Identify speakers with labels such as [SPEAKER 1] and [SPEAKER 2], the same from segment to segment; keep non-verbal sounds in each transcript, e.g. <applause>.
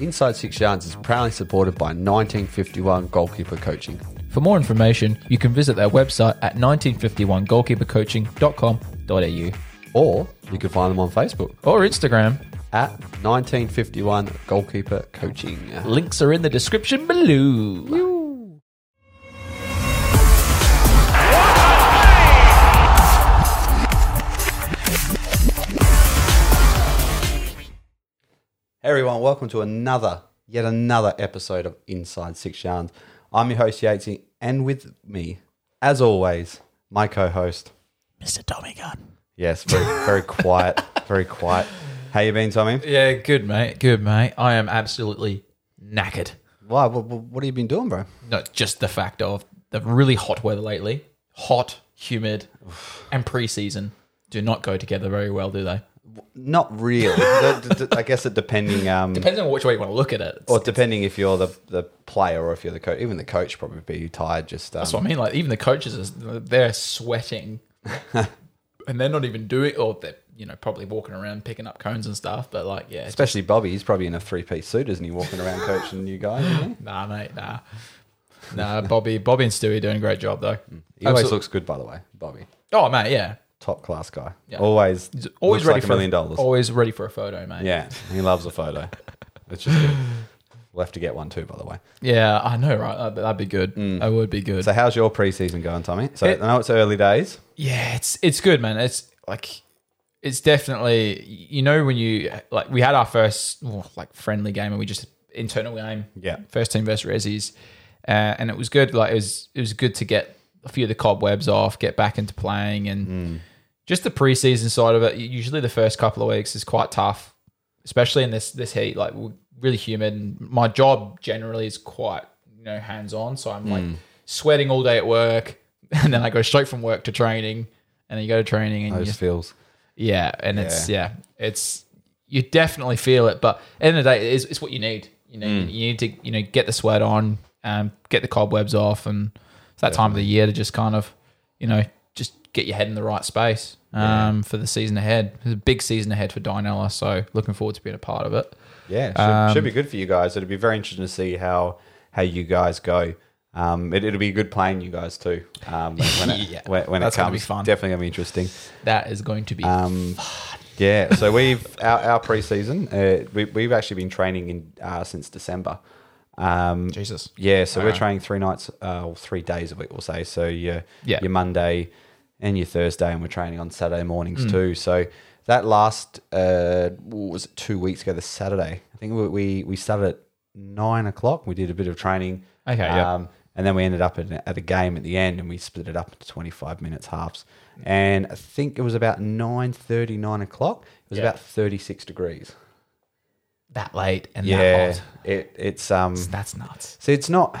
[SPEAKER 1] Inside Six Yards is proudly supported by 1951 Goalkeeper Coaching.
[SPEAKER 2] For more information, you can visit their website at 1951goalkeepercoaching.com.au
[SPEAKER 1] Or you can find them on Facebook
[SPEAKER 2] or Instagram.
[SPEAKER 1] at 1951 Goalkeeper Coaching.
[SPEAKER 2] Links are in the description below.
[SPEAKER 1] Hey everyone, welcome to another, yet another episode of Inside Six Yards. I'm your host Yatesy, and with me, as always, my co-host.
[SPEAKER 2] Mr. Tommy Gunn.
[SPEAKER 1] Yes, very, <laughs> very quiet, very quiet. How you been, Tommy?
[SPEAKER 2] Yeah, good, mate. Good, mate. I am absolutely knackered.
[SPEAKER 1] Why? What, what what have you been doing, bro?
[SPEAKER 2] Not just the fact of the really hot weather lately. Hot, humid, and preseason do not go together very well, do they?
[SPEAKER 1] Not <laughs> really. D- d- d- I guess it depending, um,
[SPEAKER 2] Depends on which way you want to look at it.
[SPEAKER 1] or depending if you're the, the player or if you're the coach. Even the coach probably be tired. Just um,
[SPEAKER 2] That's what I mean. Like even the coaches, is- they're <laughs> sweating, and they're not even doing. Or they're you know probably walking around picking up cones and stuff. But like, yeah, it's-
[SPEAKER 1] especially Bobby. He's probably in a three piece suit, isn't he? Walking
[SPEAKER 2] <laughs>
[SPEAKER 1] around coaching you guys. Isn't he?
[SPEAKER 2] nah, mate, nah, nah. Bobby, Bobby and Stewie doing a great job though.
[SPEAKER 1] he always
[SPEAKER 2] Absolute-
[SPEAKER 1] looks good, by the way, Bobby.
[SPEAKER 2] Oh, mate, yeah,
[SPEAKER 1] Top class guy. Always
[SPEAKER 2] always
[SPEAKER 1] looks
[SPEAKER 2] ready
[SPEAKER 1] like
[SPEAKER 2] for
[SPEAKER 1] a million dollars.
[SPEAKER 2] Always ready for a photo, mate.
[SPEAKER 1] Yeah, he loves a photo. It's just good. We'll have to get one too, by the way.
[SPEAKER 2] Yeah, I know, right? That'd, that'd be good. That would be good.
[SPEAKER 1] So, how's your preseason going, Tommy? So,
[SPEAKER 2] It-
[SPEAKER 1] I know it's early days.
[SPEAKER 2] yeah, it's it's good, man. It's like it's definitely you know when you like we had our first oh, like friendly game and we just internal game.
[SPEAKER 1] Yeah.
[SPEAKER 2] first team versus Rezzies, uh, and it was good. Like it was it was good to get a few of the cobwebs off, get back into playing, and just the preseason side of it. Usually the first couple of weeks is quite tough, especially in this this heat. Like we're really humid, and my job generally is quite you know hands on, so I'm like sweating all day at work, <laughs> and then I go straight from work to training, and then you go to training, and
[SPEAKER 1] Those
[SPEAKER 2] you
[SPEAKER 1] feels.
[SPEAKER 2] yeah, and it's yeah, it's you definitely feel it, but at the end of the day, it's, it's what you need. You know,
[SPEAKER 1] Mm.
[SPEAKER 2] you need to you know get the sweat on, um, get the cobwebs off, and it's that time of the year to just kind of you know just get your head in the right space um, for the season ahead. There's a big season ahead for Dinella, so looking forward to being a part of it.
[SPEAKER 1] Yeah, should, should be
[SPEAKER 2] Um,
[SPEAKER 1] good for you guys. It'd be very interesting to see how how you guys go. Um, it, it'll be good playing you guys too. Um, when, when it,
[SPEAKER 2] <laughs> Yeah,
[SPEAKER 1] when, when it
[SPEAKER 2] that's gonna be
[SPEAKER 1] comes,
[SPEAKER 2] fun.
[SPEAKER 1] definitely gonna be interesting.
[SPEAKER 2] That is going to be
[SPEAKER 1] Um, yeah, so we've our, our preseason. Uh, we, we've actually been training in uh, since December. Um,
[SPEAKER 2] Jesus.
[SPEAKER 1] Yeah, so we're
[SPEAKER 2] Alright.
[SPEAKER 1] training three nights uh, or three days a week, we'll say. So your
[SPEAKER 2] Yeah.
[SPEAKER 1] your Monday and your Thursday, and we're training on Saturday
[SPEAKER 2] Mm.
[SPEAKER 1] mornings too. So that last uh, what was it, two weeks ago, the Saturday. I think we we, we started at nine o'clock. We did a bit of training.
[SPEAKER 2] Okay, yeah.
[SPEAKER 1] Um, and then we ended up at, at a game at the end, and we split it up into twenty five minutes halves. And I think it was about nine thirty, nine o'clock. It was
[SPEAKER 2] Yeah.
[SPEAKER 1] about thirty six degrees.
[SPEAKER 2] that late and
[SPEAKER 1] Yeah,
[SPEAKER 2] that hot.
[SPEAKER 1] it it's um
[SPEAKER 2] That's nuts.
[SPEAKER 1] See, it's not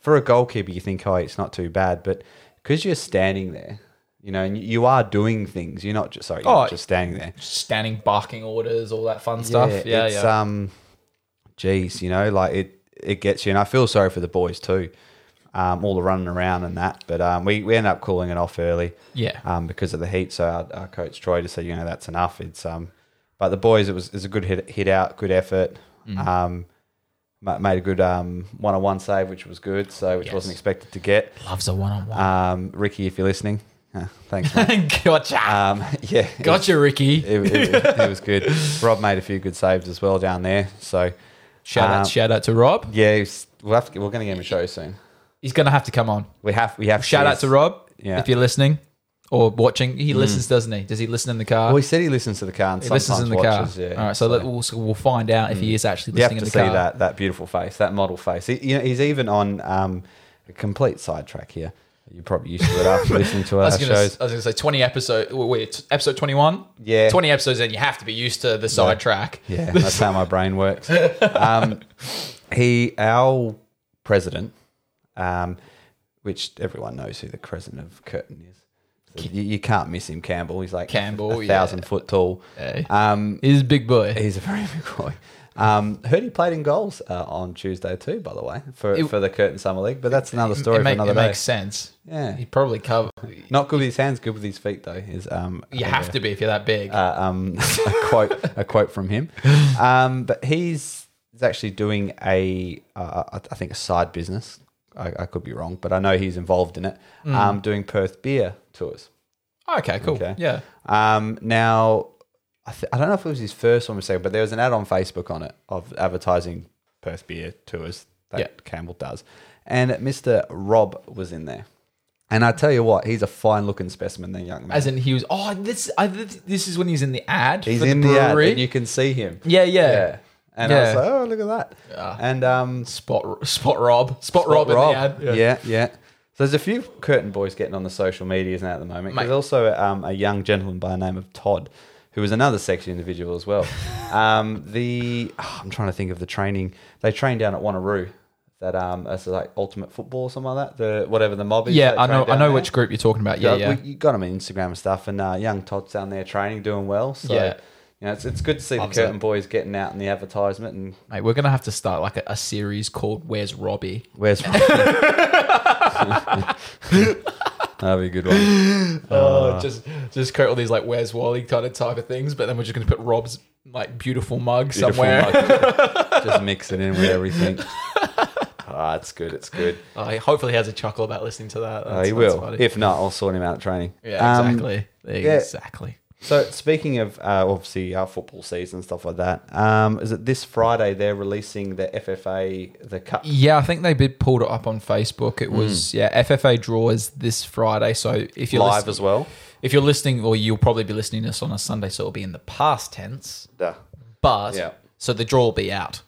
[SPEAKER 1] for a goalkeeper. You think, oh, it's not too bad, but because you're standing there, you know, and you are doing things. You're not just sorry, you're
[SPEAKER 2] Oh,
[SPEAKER 1] not just standing there.
[SPEAKER 2] Standing barking orders, all that fun stuff. Yeah,
[SPEAKER 1] it's,
[SPEAKER 2] yeah.
[SPEAKER 1] Um, geez, you know, like it, it gets you, and I feel sorry for the boys too, um, all the running around and that. But um, we we end up calling it off early,
[SPEAKER 2] Yeah.
[SPEAKER 1] um, because of the heat. So our, our coach Troy just said, you know, that's enough. It's um, but the boys, it was it was a good hit, hit out, good effort.
[SPEAKER 2] Mm-hmm.
[SPEAKER 1] Um, ma- made a good um one on one save, which was good. So which
[SPEAKER 2] Yes.
[SPEAKER 1] wasn't expected to get.
[SPEAKER 2] Loves a one on one.
[SPEAKER 1] Um, Ricky, if you're listening, <laughs> uh, thanks. Mate.
[SPEAKER 2] <laughs> Gotcha.
[SPEAKER 1] um, <laughs> yeah, it was-
[SPEAKER 2] Gotcha, Ricky.
[SPEAKER 1] it, it, it was good. Rob made a few good saves as well down there. So
[SPEAKER 2] Shout out,
[SPEAKER 1] um,
[SPEAKER 2] shout out to Rob.
[SPEAKER 1] yeah, he's- we'll have to, we're going to give him a show soon.
[SPEAKER 2] He's gonna have to come on.
[SPEAKER 1] We have we have
[SPEAKER 2] Shout out to Rob
[SPEAKER 1] Yeah. Mm.
[SPEAKER 2] if you're listening or watching. He listens, doesn't he? Does he listen in the car?
[SPEAKER 1] Well, he said he listens to the car and
[SPEAKER 2] he
[SPEAKER 1] sometimes
[SPEAKER 2] listens in the
[SPEAKER 1] watches.
[SPEAKER 2] car.
[SPEAKER 1] Yeah. Mm.
[SPEAKER 2] All right, so, let- we'll, so we'll find out if he is actually
[SPEAKER 1] you have
[SPEAKER 2] listening
[SPEAKER 1] to
[SPEAKER 2] in the
[SPEAKER 1] see
[SPEAKER 2] car.
[SPEAKER 1] that that beautiful face, that model face. He, you know, he's even on um, a complete sidetrack here. You're probably used to it
[SPEAKER 2] <laughs>
[SPEAKER 1] after listening to our
[SPEAKER 2] I was, gonna,
[SPEAKER 1] shows.
[SPEAKER 2] I was gonna say twenty episode. Wait, episode twenty one.
[SPEAKER 1] Yeah.
[SPEAKER 2] twenty episodes in. You have to be used to the sidetrack.
[SPEAKER 1] Yeah, that's how my brain works. Um, <laughs> he, our president, um, which everyone knows who the president of Curtin is. So you, you can't miss him, Campbell. He's like
[SPEAKER 2] Campbell,
[SPEAKER 1] a
[SPEAKER 2] yeah.
[SPEAKER 1] thousand foot tall.
[SPEAKER 2] Hey.
[SPEAKER 1] Um,
[SPEAKER 2] He's a big boy.
[SPEAKER 1] he's a very <laughs> big boy. Um, heard he played in goals uh, on Tuesday too, by the way, for, for the Curtin Summer League. But that's another story
[SPEAKER 2] it
[SPEAKER 1] for
[SPEAKER 2] make-
[SPEAKER 1] another
[SPEAKER 2] it
[SPEAKER 1] day.
[SPEAKER 2] makes sense.
[SPEAKER 1] Yeah.
[SPEAKER 2] he probably cover.
[SPEAKER 1] Not good with his hands, good with his feet though. Is um,
[SPEAKER 2] You have
[SPEAKER 1] <laughs>
[SPEAKER 2] to be if you're that big.
[SPEAKER 1] uh, um, a quote a quote from him. Um, but he's is actually doing a, uh, I I think a side business. I, I could be wrong, but I know he's involved in it.
[SPEAKER 2] Mm.
[SPEAKER 1] Um, doing Perth beer tours.
[SPEAKER 2] Okay, cool.
[SPEAKER 1] Okay.
[SPEAKER 2] Yeah.
[SPEAKER 1] Um, now, I, th- I don't know if it was his first one or second, but there was an ad on Facebook on it of advertising Perth beer tours that
[SPEAKER 2] Yeah.
[SPEAKER 1] Campbell does, and Mr. Rob was in there. And I tell you what, he's a fine looking specimen, that young man.
[SPEAKER 2] As in, he was. Oh, this. I, this is when he's in the ad.
[SPEAKER 1] he's
[SPEAKER 2] for the
[SPEAKER 1] in the ad,
[SPEAKER 2] brewery.
[SPEAKER 1] and you can see him.
[SPEAKER 2] yeah, yeah,
[SPEAKER 1] And I was
[SPEAKER 2] Yeah. Ah.
[SPEAKER 1] like, oh, look at that. And um,
[SPEAKER 2] Spot, spot Rob. Spot, Rob, in the ad.
[SPEAKER 1] Yeah. yeah, So there's a few curtain boys getting on the social medias now at the moment. There's
[SPEAKER 2] Mate.
[SPEAKER 1] also um, a young gentleman by the name of Todd, who was another sexy individual as
[SPEAKER 2] <laughs>
[SPEAKER 1] well. um, the oh, I'm trying to think of the training they train down at Wanneroo. That um, that's like ultimate football or something like that. The whatever the mob is.
[SPEAKER 2] Yeah,
[SPEAKER 1] that
[SPEAKER 2] I
[SPEAKER 1] train
[SPEAKER 2] know. I
[SPEAKER 1] down
[SPEAKER 2] know
[SPEAKER 1] there.
[SPEAKER 2] which group you're talking about. Yeah,
[SPEAKER 1] So
[SPEAKER 2] yeah.
[SPEAKER 1] We, you got him on Instagram and stuff, and uh, young Todd's down there training, doing well. So
[SPEAKER 2] Yeah.
[SPEAKER 1] you know, it's it's good to see
[SPEAKER 2] Loves
[SPEAKER 1] the curtain
[SPEAKER 2] it.
[SPEAKER 1] boys getting out in the advertisement and
[SPEAKER 2] Mate, we're gonna have to start like a, a series called "Where's Robbie."
[SPEAKER 1] Where's That'd be a good one.
[SPEAKER 2] Oh, just just create all these like "Where's Wally" kind of type of things, but then we're just gonna put Rob's like beautiful mug somewhere.
[SPEAKER 1] Just mix it in with everything. Ah, it's good. It's good.
[SPEAKER 2] <laughs> Oh, he hopefully he has a chuckle about listening to that.
[SPEAKER 1] Oh,
[SPEAKER 2] That's-
[SPEAKER 1] he
[SPEAKER 2] that's
[SPEAKER 1] will.
[SPEAKER 2] funny.
[SPEAKER 1] If not, I'll sort him out at training.
[SPEAKER 2] yeah,
[SPEAKER 1] Um,
[SPEAKER 2] exactly.
[SPEAKER 1] yeah.
[SPEAKER 2] Exactly.
[SPEAKER 1] So speaking of uh, obviously our football season and stuff like that, um, is it this Friday they're releasing the FFA the cup?
[SPEAKER 2] Yeah, I think they did pulled it up on Facebook. It was yeah, FFA draws this Friday. So if you're
[SPEAKER 1] Live
[SPEAKER 2] listen-
[SPEAKER 1] as well.
[SPEAKER 2] if you're listening, or you'll probably be listening to this on a Sunday, so it'll be in the past tense.
[SPEAKER 1] Duh.
[SPEAKER 2] But
[SPEAKER 1] Yeah.
[SPEAKER 2] so the draw will be out.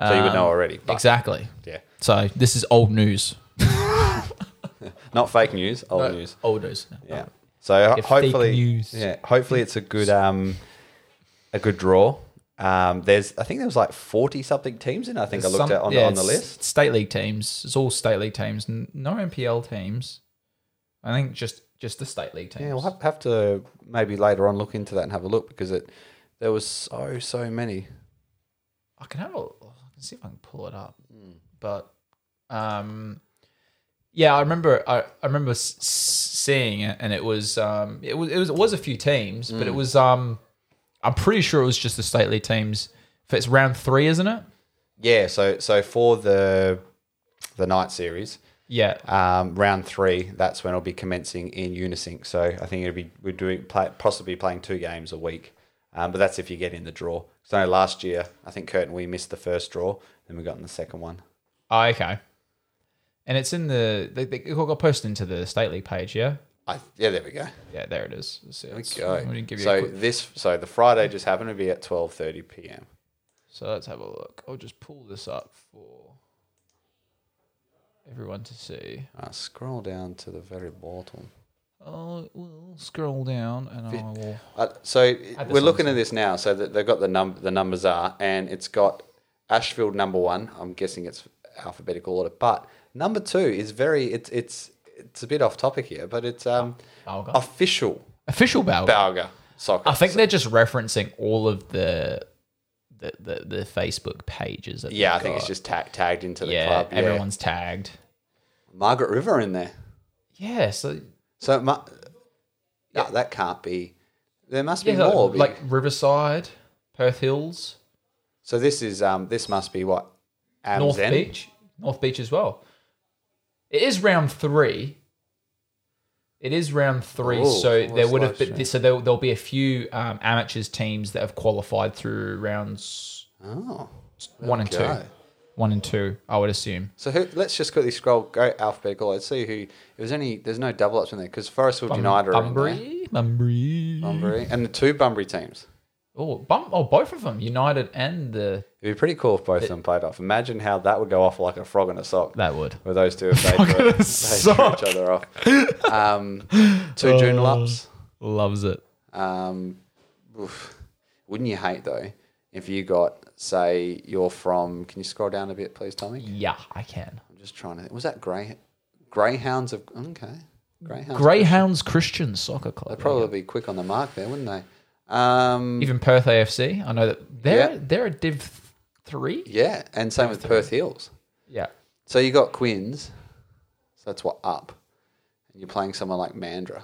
[SPEAKER 1] So you would
[SPEAKER 2] Um,
[SPEAKER 1] know already. But
[SPEAKER 2] Exactly.
[SPEAKER 1] Yeah.
[SPEAKER 2] So this is old news.
[SPEAKER 1] Not fake news. Old news.
[SPEAKER 2] Uh, Old news.
[SPEAKER 1] Yeah. Oh. So ho-
[SPEAKER 2] If fake
[SPEAKER 1] hopefully,
[SPEAKER 2] news.
[SPEAKER 1] yeah, hopefully it's a good um, a good draw. Um, there's I think there was like forty something teams in. I think I looked
[SPEAKER 2] Some-
[SPEAKER 1] at on,
[SPEAKER 2] yeah,
[SPEAKER 1] on the
[SPEAKER 2] it's
[SPEAKER 1] list.
[SPEAKER 2] State league teams. It's all state league teams. N- No NPL teams. I think just just the state league teams.
[SPEAKER 1] Yeah, we'll have, have to maybe later on look into that and have a look because it there was so so many.
[SPEAKER 2] I can have a. I can see if I can pull it up. But, um, yeah, I remember. I, I remember s- s- seeing it, and it was um, it was it was it was a few teams, but it was um, I'm pretty sure it was just the state league teams. If it's round three, isn't it?
[SPEAKER 1] Yeah, so so for the the night series,
[SPEAKER 2] Yeah.
[SPEAKER 1] um, round three, that's when it'll be commencing in Unisync. So I think it'll be we're doing play, possibly playing two games a week, um, but that's if you get in the draw. So last year, I think Curtin we missed the first draw, then we got in the second one.
[SPEAKER 2] Oh, okay. And it's in the they, they it got posted into the state league page. Yeah.
[SPEAKER 1] I, yeah, there we go.
[SPEAKER 2] Yeah, there it is. So it's-
[SPEAKER 1] Go.
[SPEAKER 2] I'm gonna give you a
[SPEAKER 1] so
[SPEAKER 2] quick-
[SPEAKER 1] this so the Friday just happened to be at twelve thirty p.m.
[SPEAKER 2] So let's have a look. I'll just pull this up for everyone to see.
[SPEAKER 1] Uh, scroll down to the very bottom.
[SPEAKER 2] I will Oh, scroll down and I will.
[SPEAKER 1] Uh, so
[SPEAKER 2] Add this
[SPEAKER 1] we're
[SPEAKER 2] on
[SPEAKER 1] looking at this now. So that they've got the num the numbers are, and it's got Ashfield number one. I'm guessing it's alphabetical order, but number two is very. It's it's it's a bit off topic here, but it's um
[SPEAKER 2] Balga.
[SPEAKER 1] official
[SPEAKER 2] Official Balga.
[SPEAKER 1] Balga soccer.
[SPEAKER 2] I think they're just referencing all of the the, the, the Facebook pages. That
[SPEAKER 1] yeah, I
[SPEAKER 2] they've
[SPEAKER 1] think it's
[SPEAKER 2] got.
[SPEAKER 1] just tag, tagged into the
[SPEAKER 2] yeah,
[SPEAKER 1] club. Yeah,
[SPEAKER 2] everyone's tagged.
[SPEAKER 1] Margaret River in there.
[SPEAKER 2] Yeah, so
[SPEAKER 1] So Ma- no, that can't be. There must be
[SPEAKER 2] yeah,
[SPEAKER 1] more.
[SPEAKER 2] like,
[SPEAKER 1] be-
[SPEAKER 2] like Riverside, Perth Hills,
[SPEAKER 1] so this is um this must be what Amzen?
[SPEAKER 2] North Beach, North Beach as well. It is round three. It is round three,
[SPEAKER 1] Oh,
[SPEAKER 2] so
[SPEAKER 1] full
[SPEAKER 2] there would have
[SPEAKER 1] selection.
[SPEAKER 2] been so there, there'll be a few um, amateurs teams that have qualified through rounds
[SPEAKER 1] Oh,
[SPEAKER 2] one and
[SPEAKER 1] Okay.
[SPEAKER 2] two. One and two, I would assume.
[SPEAKER 1] So who, let's just quickly scroll, go alphabetical. Let's see who. If there's any, there's no double ups in there because Forestfield United are in there.
[SPEAKER 2] Bunbury, Bunbury.
[SPEAKER 1] Bunbury, and the two Bunbury teams.
[SPEAKER 2] Oh, Bum- oh, both of them, United and the
[SPEAKER 1] It'd be pretty cool if both of them played off. Imagine how that would go off like a frog in a sock.
[SPEAKER 2] that would.
[SPEAKER 1] With those two, if they, drew,
[SPEAKER 2] in a
[SPEAKER 1] they drew
[SPEAKER 2] sock. Oh.
[SPEAKER 1] each other off. Um,
[SPEAKER 2] <laughs>
[SPEAKER 1] two June laps.
[SPEAKER 2] Loves it.
[SPEAKER 1] Um, oof. Wouldn't you hate though if you got, say, you're from? Can you scroll down a bit, please, Tommy?
[SPEAKER 2] Yeah, I can.
[SPEAKER 1] I'm just trying to. think. Was that Grey Greyhounds of? Okay, Greyhounds.
[SPEAKER 2] Greyhounds Christian Soccer Club.
[SPEAKER 1] They'd probably be quick on the mark there, wouldn't they? Um,
[SPEAKER 2] Even Perth AFC. I know that they're
[SPEAKER 1] Yeah.
[SPEAKER 2] they're a Div three.
[SPEAKER 1] yeah, and same with Perth Hills.
[SPEAKER 2] Yeah.
[SPEAKER 1] So you got Quins, so that's what up, and you're playing someone like Mandra.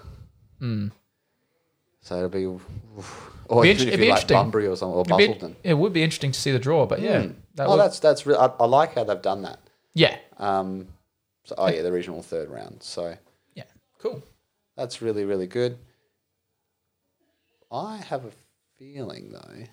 [SPEAKER 1] So it'll be, or
[SPEAKER 2] Be
[SPEAKER 1] be
[SPEAKER 2] int-
[SPEAKER 1] if
[SPEAKER 2] Hmm. it'd be
[SPEAKER 1] you like
[SPEAKER 2] interesting.
[SPEAKER 1] Bunbury or something or
[SPEAKER 2] It'd be-
[SPEAKER 1] Bustleton. Hmm.
[SPEAKER 2] it would be interesting to see the draw, but yeah, That
[SPEAKER 3] Oh,
[SPEAKER 2] would-
[SPEAKER 3] that's that's real. I, I like how they've done that.
[SPEAKER 2] yeah,
[SPEAKER 3] Um, so, oh yeah, the regional third round. So
[SPEAKER 2] yeah, cool.
[SPEAKER 3] that's really really good. I have a feeling though.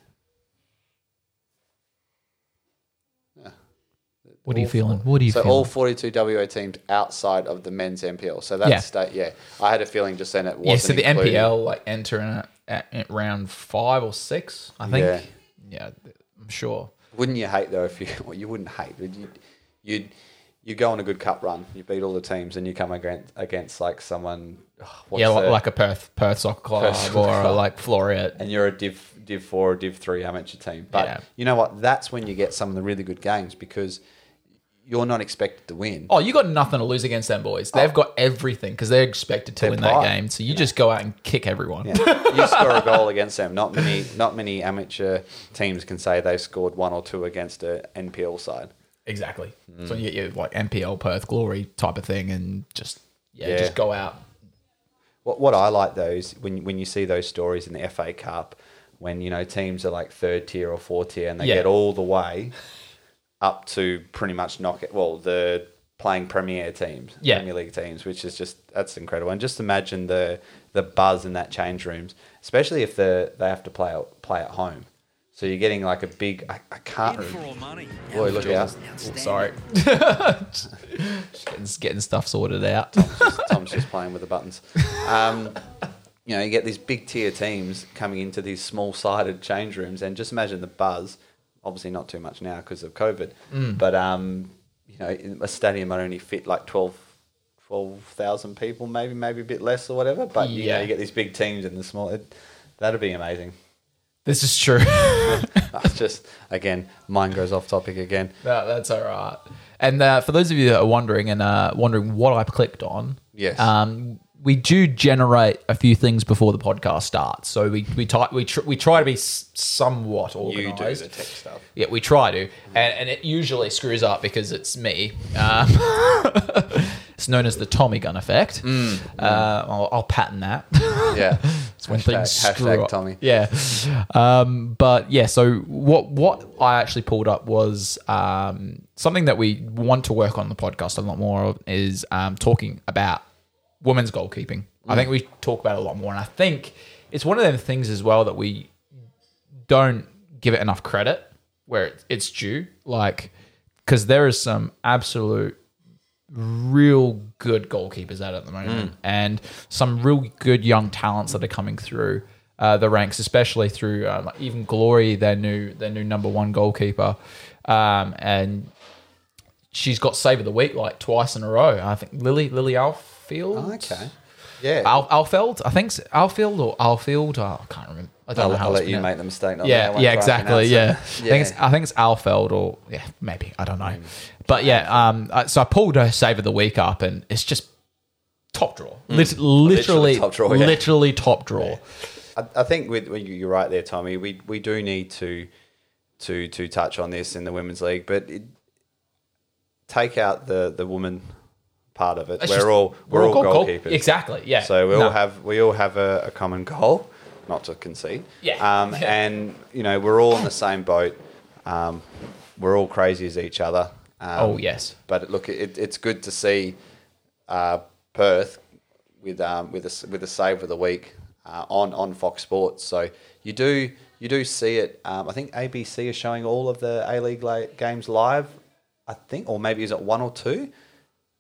[SPEAKER 2] What are you feeling? What are you
[SPEAKER 3] so
[SPEAKER 2] feeling?
[SPEAKER 3] all 42 WA teams outside of the men's MPL. So that's
[SPEAKER 2] Yeah.
[SPEAKER 3] yeah. yeah. I had a feeling just then it wasn't
[SPEAKER 2] yeah, so the
[SPEAKER 3] included.
[SPEAKER 2] NPL like entering at, at, at round five or six, I think.
[SPEAKER 3] Yeah.
[SPEAKER 2] yeah th- I'm sure.
[SPEAKER 3] Wouldn't you hate though if you <laughs> well, you wouldn't hate, but you you'd you go on a good cup run, you beat all the teams, and you come against against like someone. oh, what's
[SPEAKER 2] yeah, like,
[SPEAKER 3] the-
[SPEAKER 2] like a Perth Perth soccer club
[SPEAKER 3] Perth soccer
[SPEAKER 2] or
[SPEAKER 3] club.
[SPEAKER 2] like Floreat.
[SPEAKER 3] and you're a div div four or div three amateur team. But
[SPEAKER 2] Yeah.
[SPEAKER 3] you know what? That's when you get some of the really good games because you're not expected to win.
[SPEAKER 2] Oh, you got nothing to lose against them boys. They've got everything because they're expected to
[SPEAKER 3] Oh. They're
[SPEAKER 2] win
[SPEAKER 3] prime,
[SPEAKER 2] that game. So you, just go out and kick
[SPEAKER 1] <laughs>
[SPEAKER 2] everyone.
[SPEAKER 3] Yeah. you score a goal against them. Not many not many amateur teams can say they scored one or two against a NPL side.
[SPEAKER 2] Exactly.
[SPEAKER 3] Mm.
[SPEAKER 2] So you get your like NPL Perth glory type of thing, and just yeah,
[SPEAKER 3] Yeah.
[SPEAKER 2] just go out.
[SPEAKER 1] What, what I like though is when when you see those stories in the FA Cup, when you know teams are like third tier or fourth tier and they
[SPEAKER 2] Yeah.
[SPEAKER 1] get all the way up to pretty much knock it. Well, the playing Premier teams,
[SPEAKER 2] Yeah.
[SPEAKER 1] Premier League teams, which is just that's incredible. And just imagine the the buzz in that change rooms, especially if the they have to play at- play at home. So you're getting like a big. I, I can't.
[SPEAKER 4] In for
[SPEAKER 1] Rem-
[SPEAKER 4] all money.
[SPEAKER 1] boy, look out!
[SPEAKER 2] Oh, sorry, <laughs> just getting, getting stuff
[SPEAKER 3] <laughs>
[SPEAKER 2] sorted out.
[SPEAKER 3] Tom's just playing with the buttons.
[SPEAKER 1] Um, you know, you get these big tier teams coming into these small sided change rooms, and just imagine the buzz. Obviously, not too much now because of COVID,
[SPEAKER 2] Mm.
[SPEAKER 1] but um, you know, in a stadium might only fit like 12 12,000 people, maybe, maybe a bit less or whatever. But you
[SPEAKER 2] Yeah.
[SPEAKER 1] know, you get these big teams in the small. It, that'd be amazing. <laughs>
[SPEAKER 2] This is true. no,
[SPEAKER 1] That's just again, mine goes off topic again.
[SPEAKER 2] that's all right. And uh, for those of you that are wondering and uh, wondering what I clicked on,
[SPEAKER 3] Yes.
[SPEAKER 2] um, we do generate a few things before the podcast starts. So we we type we tr- we try to be s- somewhat
[SPEAKER 3] you
[SPEAKER 2] organized.
[SPEAKER 3] do the tech stuff.
[SPEAKER 2] Yeah, we try to, and, and it usually screws up because it's me. Um, <laughs> it's known as the Tommy gun effect.
[SPEAKER 3] Mm.
[SPEAKER 2] uh, I'll, I'll patent that.
[SPEAKER 3] Yeah.
[SPEAKER 2] <laughs> It's when
[SPEAKER 3] Hashtag-
[SPEAKER 2] things screw
[SPEAKER 3] hashtag
[SPEAKER 2] up.
[SPEAKER 3] Tommy.
[SPEAKER 2] Yeah. Um, but yeah, so what what I actually pulled up was um, something that we want to work on the podcast a lot more of is um, talking about women's goalkeeping. I think we talk about it a lot more, and I think it's one of them things as well that we don't give it enough credit where it- it's due. Like, because there is some absolute real good goalkeepers out at the
[SPEAKER 3] Mm.
[SPEAKER 2] moment, and some real good young talents that are coming through uh, the ranks, especially through um, like even Glory, their new their new number one goalkeeper, um, and she's got save of the week like twice in a row. I think Lily Lily Alfield.
[SPEAKER 3] Okay. Yeah.
[SPEAKER 2] Al, Alfeld, I think so. Alfield or Alfield. Oh, I can't remember. I don't
[SPEAKER 3] I'll,
[SPEAKER 2] know how
[SPEAKER 3] I'll
[SPEAKER 2] it's
[SPEAKER 3] let you
[SPEAKER 2] pronounced
[SPEAKER 3] make the mistake. Not
[SPEAKER 2] yeah,
[SPEAKER 3] that I won't
[SPEAKER 2] yeah,
[SPEAKER 3] try and
[SPEAKER 2] exactly.
[SPEAKER 3] pronounce it.
[SPEAKER 1] <laughs>
[SPEAKER 2] Yeah. I think it's I think it's Alfeld or yeah, maybe I don't know,
[SPEAKER 1] Mm.
[SPEAKER 2] but yeah. Um, uh, so I pulled her save of the week up, and it's just top draw,
[SPEAKER 1] Mm.
[SPEAKER 2] Lit- literally,
[SPEAKER 3] Literally top draw, yeah.
[SPEAKER 2] literally top draw.
[SPEAKER 1] I, I think with, well, you- you're right there, Tommy. We we do need to to to touch on this in the women's league, but it, take out the the woman part of it.
[SPEAKER 2] It's
[SPEAKER 1] we're
[SPEAKER 2] just-
[SPEAKER 1] all we're, all
[SPEAKER 2] goal- goal-
[SPEAKER 1] goalkeepers,
[SPEAKER 2] exactly. Yeah.
[SPEAKER 1] So we all
[SPEAKER 2] No.
[SPEAKER 1] have we all have a, a common goal, not to concede.
[SPEAKER 2] Yeah. <laughs>
[SPEAKER 1] Um, and you know we're all in the same boat. Um, we're all crazy as each other. Um,
[SPEAKER 2] Oh yes.
[SPEAKER 1] but look, it, it's good to see uh, Perth with um, with a with a save of the week uh, on on Fox Sports. So you do you do see it. Um, I think ABC is showing all of the A League la- games live. I think, or maybe is it one or two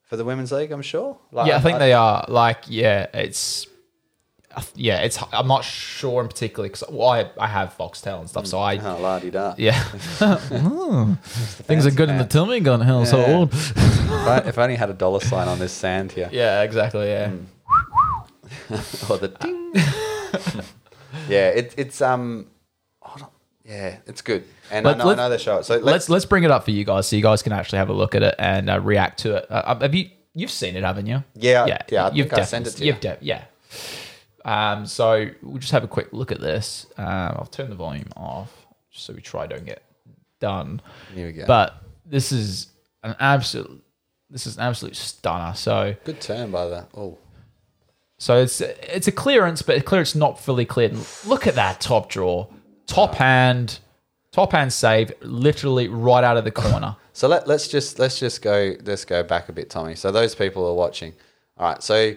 [SPEAKER 1] for the women's league? I'm sure. Like,
[SPEAKER 2] Yeah, I think they are. Like, yeah, it's. I th- Yeah, it's. I'm not sure in particular because well, I, I have Foxtel and stuff, so I
[SPEAKER 1] Oh, la-di-da. <laughs>
[SPEAKER 2] yeah. Things are good in the Tommy gun household.
[SPEAKER 1] if, I, if I only had a dollar sign on this sand here,
[SPEAKER 2] <laughs> Yeah, exactly. Yeah.
[SPEAKER 1] Mm. or the ding. <laughs> yeah, it, it's um, hold on. yeah, it's good, and
[SPEAKER 2] Let-
[SPEAKER 1] I know I
[SPEAKER 2] let-
[SPEAKER 1] know they show it. So let's
[SPEAKER 2] let's let's bring it up for you guys so you guys can actually have a look at it and uh, react to it. Uh, have you you've seen it, haven't you?
[SPEAKER 1] Yeah, yeah, I
[SPEAKER 2] you've
[SPEAKER 1] think I sent it to you.
[SPEAKER 2] have yeah. Um, so we'll just have a quick look at this. Um, I'll turn the volume off just so we try don't get done.
[SPEAKER 1] Here we go.
[SPEAKER 2] But this is an absolute this is an absolute stunner. So
[SPEAKER 3] Good turn by that. Oh.
[SPEAKER 2] so it's it's a clearance, but a clearance not fully cleared. Look at that top draw, top hand, Top hand save, literally right out of the corner.
[SPEAKER 1] So let, let's just let's just go let's go back a bit, Tommy. So those people are watching. All right. So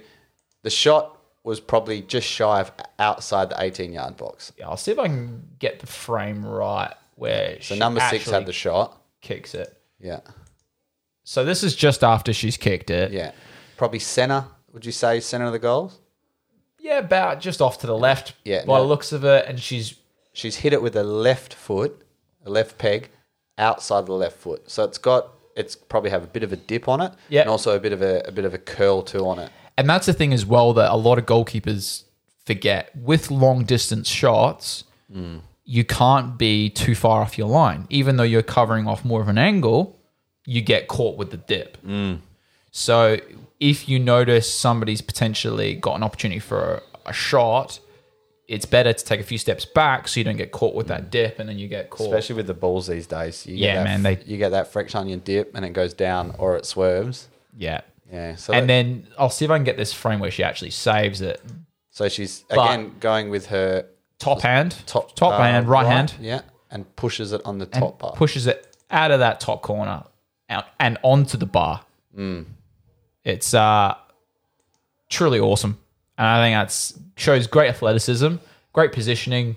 [SPEAKER 1] the shot was probably just shy of outside the 18 yard box.
[SPEAKER 2] yeah, I'll see if I can get the frame right where
[SPEAKER 1] So number six had the shot.
[SPEAKER 2] kicks it.
[SPEAKER 1] Yeah.
[SPEAKER 2] So this is just after she's kicked it.
[SPEAKER 1] Yeah. Probably center. Would you say center of the goals?
[SPEAKER 2] Yeah, about just off to the left
[SPEAKER 1] Yeah,
[SPEAKER 2] by
[SPEAKER 1] no.
[SPEAKER 2] the looks of it, and she's
[SPEAKER 1] She's hit it with a left foot, a left peg, outside the left foot. So it's got it's probably have a bit of a dip on it.
[SPEAKER 2] Yeah.
[SPEAKER 1] And also a bit of a, a bit of a curl too on it.
[SPEAKER 2] and that's the thing as well that a lot of goalkeepers forget with long distance shots.
[SPEAKER 1] Mm.
[SPEAKER 2] You can't be too far off your line, even though you're covering off more of an angle. You get caught with the dip.
[SPEAKER 1] Mm.
[SPEAKER 2] So if you notice somebody's potentially got an opportunity for a, a shot, it's better to take a few steps back so you don't get caught with that dip, and then you get caught.
[SPEAKER 1] Mm. Especially with the balls these days. You
[SPEAKER 2] Yeah,
[SPEAKER 1] get that,
[SPEAKER 2] man, they-
[SPEAKER 1] you get that friction on your dip and it goes down or it swerves.
[SPEAKER 2] yeah.
[SPEAKER 1] Yeah. So
[SPEAKER 2] And
[SPEAKER 1] that-
[SPEAKER 2] then I'll see if I can get this frame where she actually saves it.
[SPEAKER 1] so she's
[SPEAKER 2] but-
[SPEAKER 1] again going with her
[SPEAKER 2] Top hand,
[SPEAKER 1] top
[SPEAKER 2] top
[SPEAKER 1] uh,
[SPEAKER 2] hand, right, hand,
[SPEAKER 1] Yeah. And pushes it on the
[SPEAKER 2] and
[SPEAKER 1] top bar.
[SPEAKER 2] pushes it out of that top corner out and onto the bar.
[SPEAKER 1] Mm.
[SPEAKER 2] It's uh, truly awesome, and I think that's shows great athleticism, great positioning,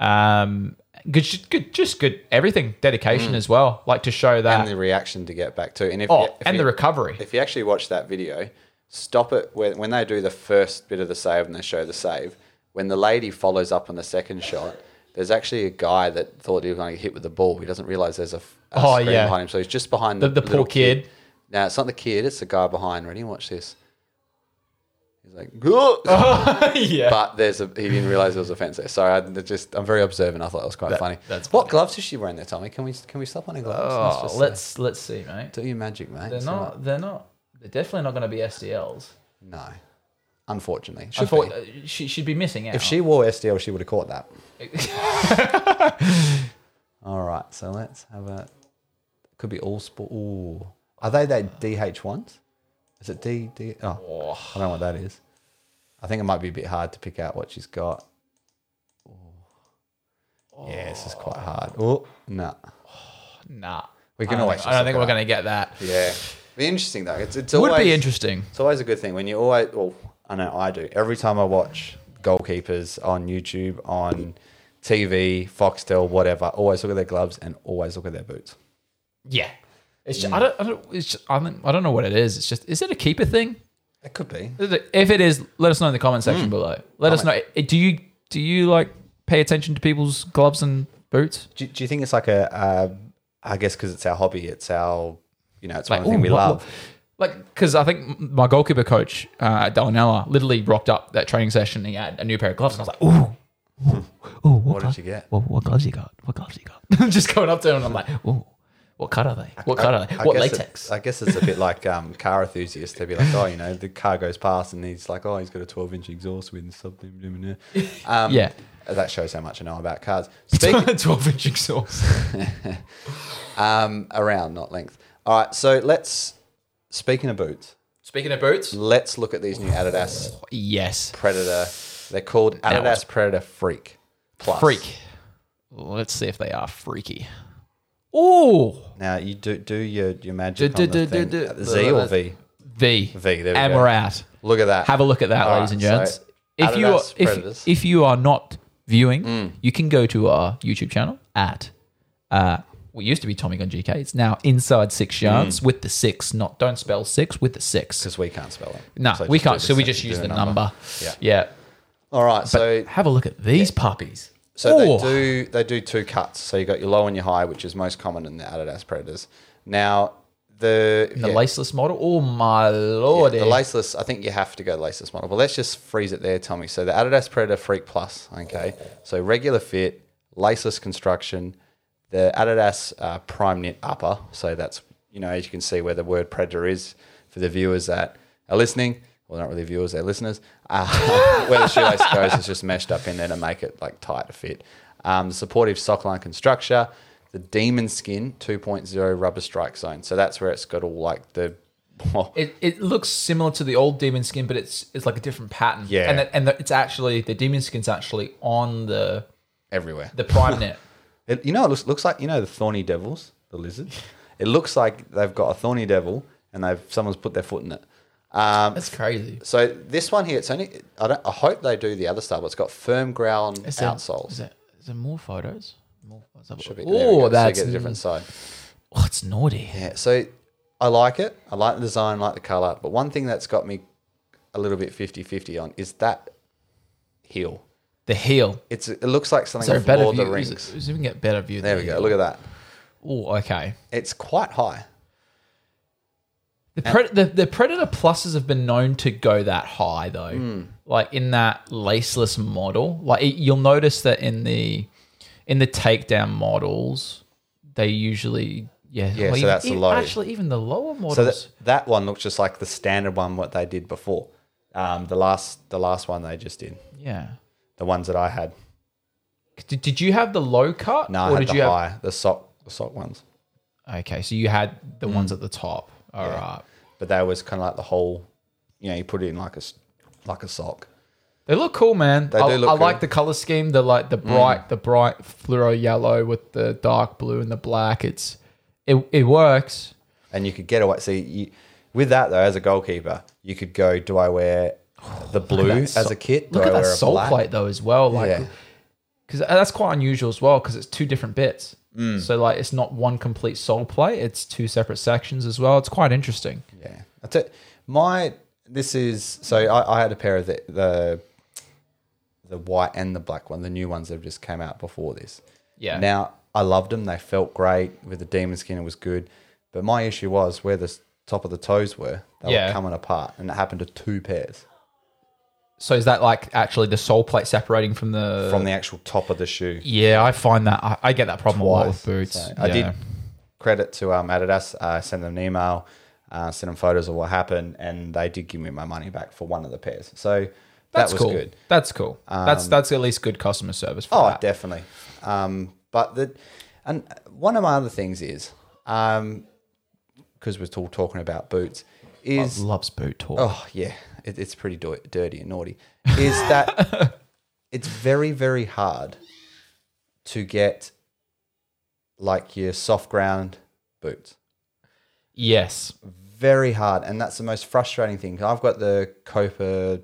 [SPEAKER 2] um, good, good, just good everything, dedication as well. Like to show that,
[SPEAKER 1] Mm. and the reaction to get back to. And if
[SPEAKER 2] oh,
[SPEAKER 1] you- if
[SPEAKER 2] and
[SPEAKER 1] you-
[SPEAKER 2] the recovery.
[SPEAKER 1] <laughs> if you actually watch that video, stop it when, when they do the first bit of the save and they show the save. When the lady follows up on the second shot, there's actually a guy that thought he was going to get hit with the ball. He doesn't realize there's a, f- a
[SPEAKER 2] Oh,
[SPEAKER 1] screen
[SPEAKER 2] yeah.
[SPEAKER 1] behind him, so he's just behind
[SPEAKER 2] The- the poor
[SPEAKER 1] little
[SPEAKER 2] kid.
[SPEAKER 1] No, it's not the kid; it's the guy behind. Ready? Watch this. He's like, "Ugh."
[SPEAKER 2] <laughs> yeah,
[SPEAKER 1] but there's a he didn't realize there was a fence there. Sorry, I just I'm very observant. I thought that was quite funny.
[SPEAKER 2] that's
[SPEAKER 1] what gloves is she wearing there, Tommy? Can we can we stop on her gloves?
[SPEAKER 2] oh,
[SPEAKER 1] just, uh,
[SPEAKER 2] let's let's see, mate.
[SPEAKER 1] do your magic, mate.
[SPEAKER 2] They're
[SPEAKER 1] It's all
[SPEAKER 2] not. They're not. They're definitely not going to be SDLs.
[SPEAKER 1] right. No, unfortunately, Should
[SPEAKER 2] I
[SPEAKER 1] be.
[SPEAKER 2] thought uh, she should be missing out.
[SPEAKER 1] If she wore SDL, she would have caught that. <laughs> all right, so let's have a. Could be all sport. Ooh, are they that DH ones? Is it D D? Oh, I don't know what that is. I think it might be a bit hard to pick out what she's got. Ooh. Yeah, this is quite hard. Oh no.
[SPEAKER 2] nah,
[SPEAKER 1] We can
[SPEAKER 2] I don't
[SPEAKER 1] always
[SPEAKER 2] think-
[SPEAKER 1] just
[SPEAKER 2] I don't
[SPEAKER 1] look
[SPEAKER 2] think
[SPEAKER 1] it
[SPEAKER 2] we're
[SPEAKER 1] up.
[SPEAKER 2] going to get that.
[SPEAKER 1] Yeah, be interesting though. It's it's
[SPEAKER 2] Would
[SPEAKER 1] always,
[SPEAKER 2] be interesting.
[SPEAKER 1] It's always a good thing when you always. Well, I know I do. Every time I watch goalkeepers on YouTube, on TV, Foxtel, whatever, always look at their gloves and always look at their boots.
[SPEAKER 2] Yeah. It's
[SPEAKER 1] Mm.
[SPEAKER 2] just, I don't. I don't. It's just, I don't. I don't know what it is. It's just. Is it a keeper thing?
[SPEAKER 1] It could be.
[SPEAKER 2] Is it- If it is, let us know in the comment
[SPEAKER 1] Mm.
[SPEAKER 2] section below. Let us know. I- Do you do you like pay attention to people's gloves and boots?
[SPEAKER 1] Do, do you think it's like a? Uh, I guess because it's our hobby, it's our, you know, it's
[SPEAKER 2] Like
[SPEAKER 1] one thing
[SPEAKER 2] ooh,
[SPEAKER 1] we
[SPEAKER 2] what-
[SPEAKER 1] love.
[SPEAKER 2] what- Like because I think my goalkeeper coach uh, at Dallanella literally rocked up that training session. and He had a new pair of gloves, and I was like,
[SPEAKER 1] <laughs>
[SPEAKER 2] "Ooh, ooh, what,
[SPEAKER 1] did you get?
[SPEAKER 2] What, what gloves you got? What gloves you got?" <laughs> Just going up to him, and I'm like, "Ooh, what cut are they? What cut are they? What
[SPEAKER 1] guess
[SPEAKER 2] latex?"
[SPEAKER 1] It's, I guess it's a bit like um, car enthusiasts. They'd be like, oh, you know, the car goes past and he's like, oh, he's got a 12 inch exhaust with something. Um,
[SPEAKER 2] Yeah.
[SPEAKER 1] That shows how much I know about cars. Speaking
[SPEAKER 2] <laughs> 12 inch exhaust.
[SPEAKER 1] um, around, not length. All right. So let's, speaking of boots,
[SPEAKER 2] Speaking of boots,
[SPEAKER 1] let's look at these new Adidas
[SPEAKER 2] yes,
[SPEAKER 1] Predator. They're called
[SPEAKER 2] was-
[SPEAKER 1] Adidas Predator Freak Plus.
[SPEAKER 2] freak. Let's see if they are freaky. Oh,
[SPEAKER 1] Now, you do, do your, your
[SPEAKER 2] Do-
[SPEAKER 1] magic.
[SPEAKER 2] do-
[SPEAKER 1] on the
[SPEAKER 2] do-
[SPEAKER 1] thing.
[SPEAKER 2] do- do-
[SPEAKER 1] Z or V?
[SPEAKER 2] V.
[SPEAKER 1] V, there we
[SPEAKER 2] and
[SPEAKER 1] go.
[SPEAKER 2] we're out.
[SPEAKER 1] Look at that.
[SPEAKER 2] Have a look at that,
[SPEAKER 1] All
[SPEAKER 2] ladies
[SPEAKER 1] right,
[SPEAKER 2] and gents.
[SPEAKER 1] so
[SPEAKER 2] if you are,
[SPEAKER 1] Adidas
[SPEAKER 2] if,
[SPEAKER 1] Predators.
[SPEAKER 2] if you are not viewing,
[SPEAKER 1] Mm.
[SPEAKER 2] you can go to our YouTube channel at uh, what used to be Tommy Gun GK. It's now Inside Six Yards
[SPEAKER 1] Mm.
[SPEAKER 2] with the six. Not don't spell six with the six.
[SPEAKER 1] Because we can't spell it.
[SPEAKER 2] No,
[SPEAKER 1] So
[SPEAKER 2] we
[SPEAKER 1] just do
[SPEAKER 2] can't.
[SPEAKER 1] the
[SPEAKER 2] So we
[SPEAKER 1] same-
[SPEAKER 2] just
[SPEAKER 1] do
[SPEAKER 2] use
[SPEAKER 1] a
[SPEAKER 2] the number.
[SPEAKER 1] Yeah.
[SPEAKER 2] yeah.
[SPEAKER 1] All right. so
[SPEAKER 2] Have a look at these puppies.
[SPEAKER 1] So
[SPEAKER 2] Ooh.
[SPEAKER 1] they do they do two cuts. So you got your low and your high, which is most common in the Adidas Predators. Now the
[SPEAKER 2] the
[SPEAKER 1] yeah,
[SPEAKER 2] laceless model. Oh my
[SPEAKER 1] yeah,
[SPEAKER 2] lord!
[SPEAKER 1] the laceless, I think you have to go laceless model, but let's just freeze it there, Tommy. So the Adidas Predator Freak Plus, okay. So regular fit, laceless construction, the Adidas uh, Prime Knit upper. So that's you know as you can see where the word Predator is for the viewers that are listening. Well, not really viewers, they're listeners. Uh, <laughs> where the shoelace goes is just meshed up in there to make it like tight to fit. Um, supportive sock line and structure, the Demon Skin 2.0 rubber strike zone. So that's where it's got all like the <laughs>
[SPEAKER 2] it, it looks similar to the old demon skin, but it's it's like a different pattern.
[SPEAKER 1] Yeah.
[SPEAKER 2] and that and that it's actually the demon skin's actually on the
[SPEAKER 1] everywhere.
[SPEAKER 2] the prime net.
[SPEAKER 1] It, you know, it looks, looks like you know the thorny devils, the
[SPEAKER 2] <laughs>
[SPEAKER 1] lizard. It looks like they've got a thorny devil, and they've someone's put their foot in it. <laughs> Um,
[SPEAKER 2] That's crazy.
[SPEAKER 1] so this one here, it's only. I, don't, I hope they do the other style, but it's got firm ground
[SPEAKER 2] Is there, Is
[SPEAKER 1] outsoles.
[SPEAKER 2] there, is there more photos? More, let's have a
[SPEAKER 1] Should
[SPEAKER 2] look.
[SPEAKER 1] be- there we go.
[SPEAKER 2] Oh,
[SPEAKER 1] so
[SPEAKER 2] that's
[SPEAKER 1] you get a different side.
[SPEAKER 2] Oh, it's naughty.
[SPEAKER 1] Yeah, so I like it. I like the design, like the color. But one thing that's got me a little bit 50-50 on is that heel.
[SPEAKER 2] The heel.
[SPEAKER 1] It's it looks like
[SPEAKER 2] Is
[SPEAKER 1] something
[SPEAKER 2] there a
[SPEAKER 1] off
[SPEAKER 2] better
[SPEAKER 1] Lord
[SPEAKER 2] view?
[SPEAKER 1] of the
[SPEAKER 2] Is it-
[SPEAKER 1] Rings.
[SPEAKER 2] is it- we can get better view.
[SPEAKER 1] There we go. Look at that.
[SPEAKER 2] Oh, okay.
[SPEAKER 1] It's quite high.
[SPEAKER 2] The, pred- the, the Predator Pluses have been known to go that high though,
[SPEAKER 1] Hmm.
[SPEAKER 2] like in that laceless model. Like it, you'll notice that in the in the takedown models, they usually yeah
[SPEAKER 1] Yeah, so
[SPEAKER 2] even-
[SPEAKER 1] that's the
[SPEAKER 2] even-
[SPEAKER 1] low.
[SPEAKER 2] Actually, even the lower models.
[SPEAKER 1] So that that one looks just like the standard one what they did before. Um, the last the last one they just did.
[SPEAKER 2] yeah.
[SPEAKER 1] The ones that I had.
[SPEAKER 2] Did, did you have the low cut?
[SPEAKER 1] No, I had
[SPEAKER 2] did
[SPEAKER 1] the
[SPEAKER 2] you
[SPEAKER 1] high, the sock the sock ones.
[SPEAKER 2] have? Okay, so you had the ones
[SPEAKER 1] Hmm.
[SPEAKER 2] at the top. All right.
[SPEAKER 1] But that was kind of like the whole, you know, you put it in like a s- like a sock.
[SPEAKER 2] They look cool, man.
[SPEAKER 1] They
[SPEAKER 2] I,
[SPEAKER 1] do look Hmm.
[SPEAKER 2] I
[SPEAKER 1] cool.
[SPEAKER 2] like the color scheme. The like the bright, the bright fluoro yellow with the dark blue and the black. It's it it works.
[SPEAKER 1] and you could get away. See, you, with that though, as a goalkeeper, you could go: Do I wear the blue
[SPEAKER 2] that
[SPEAKER 1] as
[SPEAKER 2] sol-
[SPEAKER 1] a kit? Do
[SPEAKER 2] Look
[SPEAKER 1] I
[SPEAKER 2] at that
[SPEAKER 1] wear a
[SPEAKER 2] sole
[SPEAKER 1] black?
[SPEAKER 2] plate though as well, like
[SPEAKER 1] Yeah.
[SPEAKER 2] because that's quite unusual as well because it's two different bits.
[SPEAKER 1] Mm.
[SPEAKER 2] So like it's not one complete sole plate; it's two separate sections as well. It's quite interesting.
[SPEAKER 1] Yeah, that's it. My this is so I, I had a pair of the, the the white and the black one, the new ones that have just came out before this.
[SPEAKER 2] Yeah.
[SPEAKER 1] Now I loved them; they felt great with the demon skin. It was good, but my issue was where the s- top of the toes were. They
[SPEAKER 2] Yeah.
[SPEAKER 1] were coming apart, and it happened to two pairs
[SPEAKER 2] So is that like actually the sole plate separating from the?
[SPEAKER 1] from the actual top of the shoe.
[SPEAKER 2] yeah, I find that I, I get that problem a lot
[SPEAKER 1] twice.
[SPEAKER 2] with boots.
[SPEAKER 1] So I
[SPEAKER 2] Yeah.
[SPEAKER 1] did credit to um, Adidas. I sent them an email, uh, sent them photos of what happened, and they did give me my money back for one of the pairs. So
[SPEAKER 2] That's
[SPEAKER 1] that was
[SPEAKER 2] cool.
[SPEAKER 1] good. Um,
[SPEAKER 2] That's cool. that's that's at least good customer service. For
[SPEAKER 1] Oh,
[SPEAKER 2] that.
[SPEAKER 1] definitely. Um, but the and one of my other things is because we're still talking about boots is
[SPEAKER 2] loves boot talk.
[SPEAKER 1] Oh yeah, it, it's pretty do- dirty and naughty. Is that it's very very hard to get like your soft ground boots.
[SPEAKER 2] Yes,
[SPEAKER 1] Very hard, and that's the most frustrating thing. I've got the Copa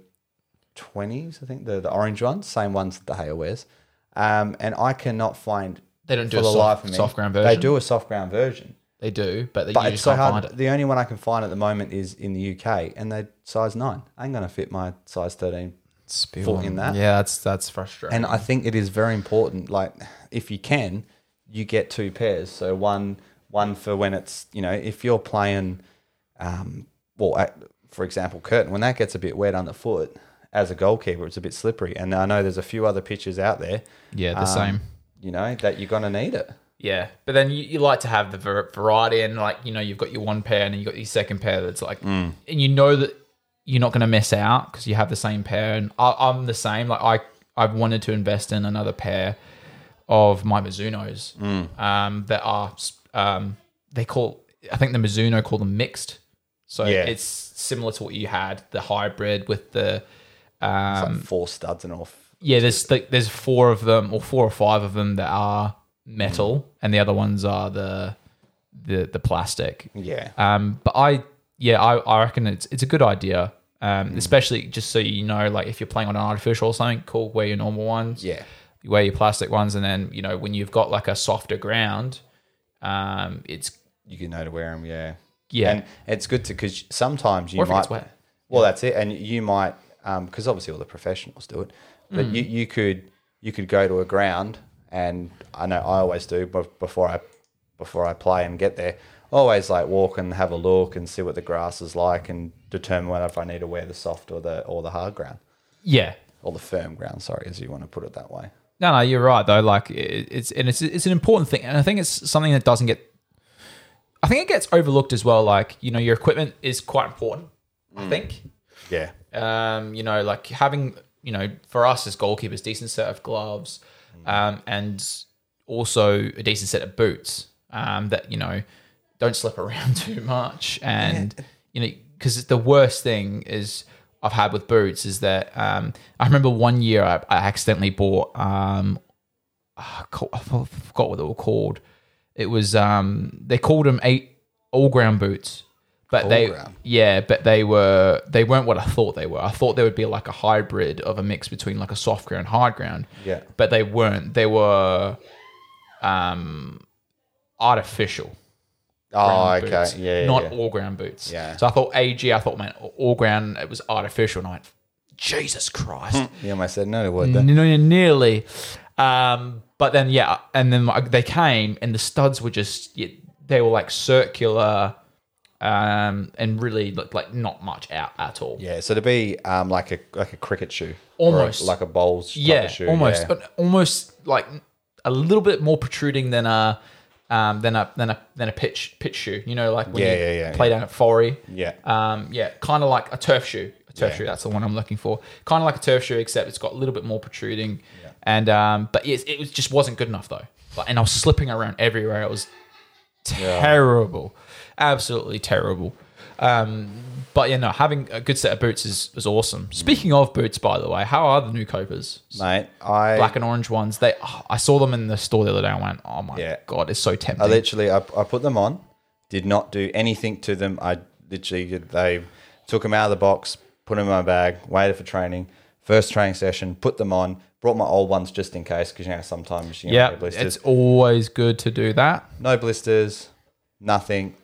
[SPEAKER 1] twenties, I think the, the orange ones, same ones that the Hale wears, um, and I cannot find
[SPEAKER 2] they don't do
[SPEAKER 1] for
[SPEAKER 2] a
[SPEAKER 1] the
[SPEAKER 2] soft,
[SPEAKER 1] life of me.
[SPEAKER 2] soft ground
[SPEAKER 1] They
[SPEAKER 2] version.
[SPEAKER 1] do a soft ground version.
[SPEAKER 2] They do, but, they,
[SPEAKER 1] But
[SPEAKER 2] you
[SPEAKER 1] it's
[SPEAKER 2] just
[SPEAKER 1] so
[SPEAKER 2] can't
[SPEAKER 1] hard.
[SPEAKER 2] find it.
[SPEAKER 1] The only one I can find at the moment is in the UK, and they're size nine. I ain't gonna fit my size thirteen foot in that.
[SPEAKER 2] Yeah, that's that's frustrating.
[SPEAKER 1] And I think it is very important. Like, if you can, you get two pairs. So one one for when it's you know if you're playing, um, well, at, for example, curtain when that gets a bit wet underfoot as a goalkeeper, it's a bit slippery. And I know there's a few other pitches out there.
[SPEAKER 2] yeah, the
[SPEAKER 1] um,
[SPEAKER 2] same.
[SPEAKER 1] You know that you're gonna need it.
[SPEAKER 2] Yeah, but then you, you like to have the var- variety, and like you know, you've got your one pair, and then you've got your second pair. That's like, and you know that you're not going to miss out because you have the same pair. And I, I'm the same. Like I, I've wanted to invest in another pair of my Mizuno's um, that are, um, they call, I think the Mizuno call them mixed. So
[SPEAKER 1] Yeah.
[SPEAKER 2] it's similar to what you had the hybrid with the um,
[SPEAKER 1] Like four studs and off.
[SPEAKER 2] yeah, there's like there's four of them or four or five of them that are metal, and the other ones are the the the plastic.
[SPEAKER 1] Yeah.
[SPEAKER 2] Um, but I yeah, I, I reckon it's it's a good idea. Um, especially just so you know, like if you're playing on an artificial or something, cool, wear your normal ones.
[SPEAKER 1] Yeah.
[SPEAKER 2] You wear your plastic ones, and then you know when you've got like a softer ground, um, it's
[SPEAKER 1] you can know to wear them. Yeah,
[SPEAKER 2] Yeah.
[SPEAKER 1] And it's good to because sometimes you
[SPEAKER 2] Or if it
[SPEAKER 1] might.
[SPEAKER 2] gets wet.
[SPEAKER 1] Well, that's it, and you might because obviously all the professionals do it, but
[SPEAKER 2] Mm.
[SPEAKER 1] you, you could you could go to a ground, and I know I always do, but before I before I play and get there, I always like walk and have a look and see what the grass is like and determine whether if I need to wear the soft or the or the hard ground
[SPEAKER 2] yeah,
[SPEAKER 1] or the firm ground. Sorry, as you want to put it that way.
[SPEAKER 2] No, no, you're right though. Like it, it's and it's it's an important thing, and I think it's something that doesn't get. I think it gets overlooked as well. Like you know, your equipment is quite important. I think.
[SPEAKER 1] Yeah,
[SPEAKER 2] Um, you know, like having you know, for us as goalkeepers, decent set of gloves, um, and also a decent set of boots um, that you know don't slip around <laughs> too much, and you know, because the worst thing is I've had with boots is that um, I remember one year I, I accidentally bought um, I ca- I for- forgot what they were called. It was um they called them eight all ground boots, but they
[SPEAKER 1] All-ground.
[SPEAKER 2] yeah, but they were they weren't what I thought they were. I thought they would be like a hybrid of a mix between like a soft ground hard ground.
[SPEAKER 4] Yeah.
[SPEAKER 2] but they weren't. They were um artificial
[SPEAKER 1] Oh,
[SPEAKER 2] ground
[SPEAKER 1] okay.
[SPEAKER 2] boots,
[SPEAKER 1] Yeah, yeah,
[SPEAKER 2] not
[SPEAKER 1] yeah.
[SPEAKER 2] all ground boots.
[SPEAKER 1] Yeah.
[SPEAKER 2] So I thought AG. I thought man, all ground. It was artificial. And I went, Jesus Christ.
[SPEAKER 1] You almost said no to word
[SPEAKER 2] N-
[SPEAKER 1] there.
[SPEAKER 2] n- nearly. Um, but then yeah, and then like, they came and the studs were just yeah, they were like circular, um, and really looked like not much out at all.
[SPEAKER 1] Yeah, so to be um, like a like a cricket shoe, Or
[SPEAKER 2] Almost.
[SPEAKER 1] like a bowls, type
[SPEAKER 2] yeah,
[SPEAKER 1] of shoe,
[SPEAKER 2] almost,
[SPEAKER 1] yeah.
[SPEAKER 2] but almost like a little bit more protruding than a. Um, than a than a than a pitch pitch shoe, you know, like when
[SPEAKER 1] Yeah,
[SPEAKER 2] you
[SPEAKER 1] yeah, yeah,
[SPEAKER 2] play down at Forey,
[SPEAKER 1] Yeah.
[SPEAKER 2] um, yeah, kind of like a turf shoe. A turf
[SPEAKER 1] Yeah.
[SPEAKER 2] shoe, that's the one I'm looking for. Kind of like a turf shoe, except it's got a little bit more protruding. And um, but yes, it was, just wasn't good enough though. Like, and I was slipping around everywhere. It was terrible, absolutely terrible. Um, but you know, having a good set of boots is, is awesome.
[SPEAKER 1] Mm.
[SPEAKER 2] Speaking of boots, by the way, how are the new Copas?
[SPEAKER 1] Mate, I
[SPEAKER 2] Black and orange ones. They, oh, I saw them in the store the other day. and went, oh my
[SPEAKER 1] Yeah.
[SPEAKER 2] god, it's so tempting.
[SPEAKER 1] I literally I, I put them on, did not do anything to them. I literally did- they took them out of the box, put them in my bag, waited for training. First training session, put them on, brought my old ones just in case because you know sometimes you know,
[SPEAKER 2] yeah,
[SPEAKER 1] no blisters,
[SPEAKER 2] it's always good to do that.
[SPEAKER 1] no blisters, nothing.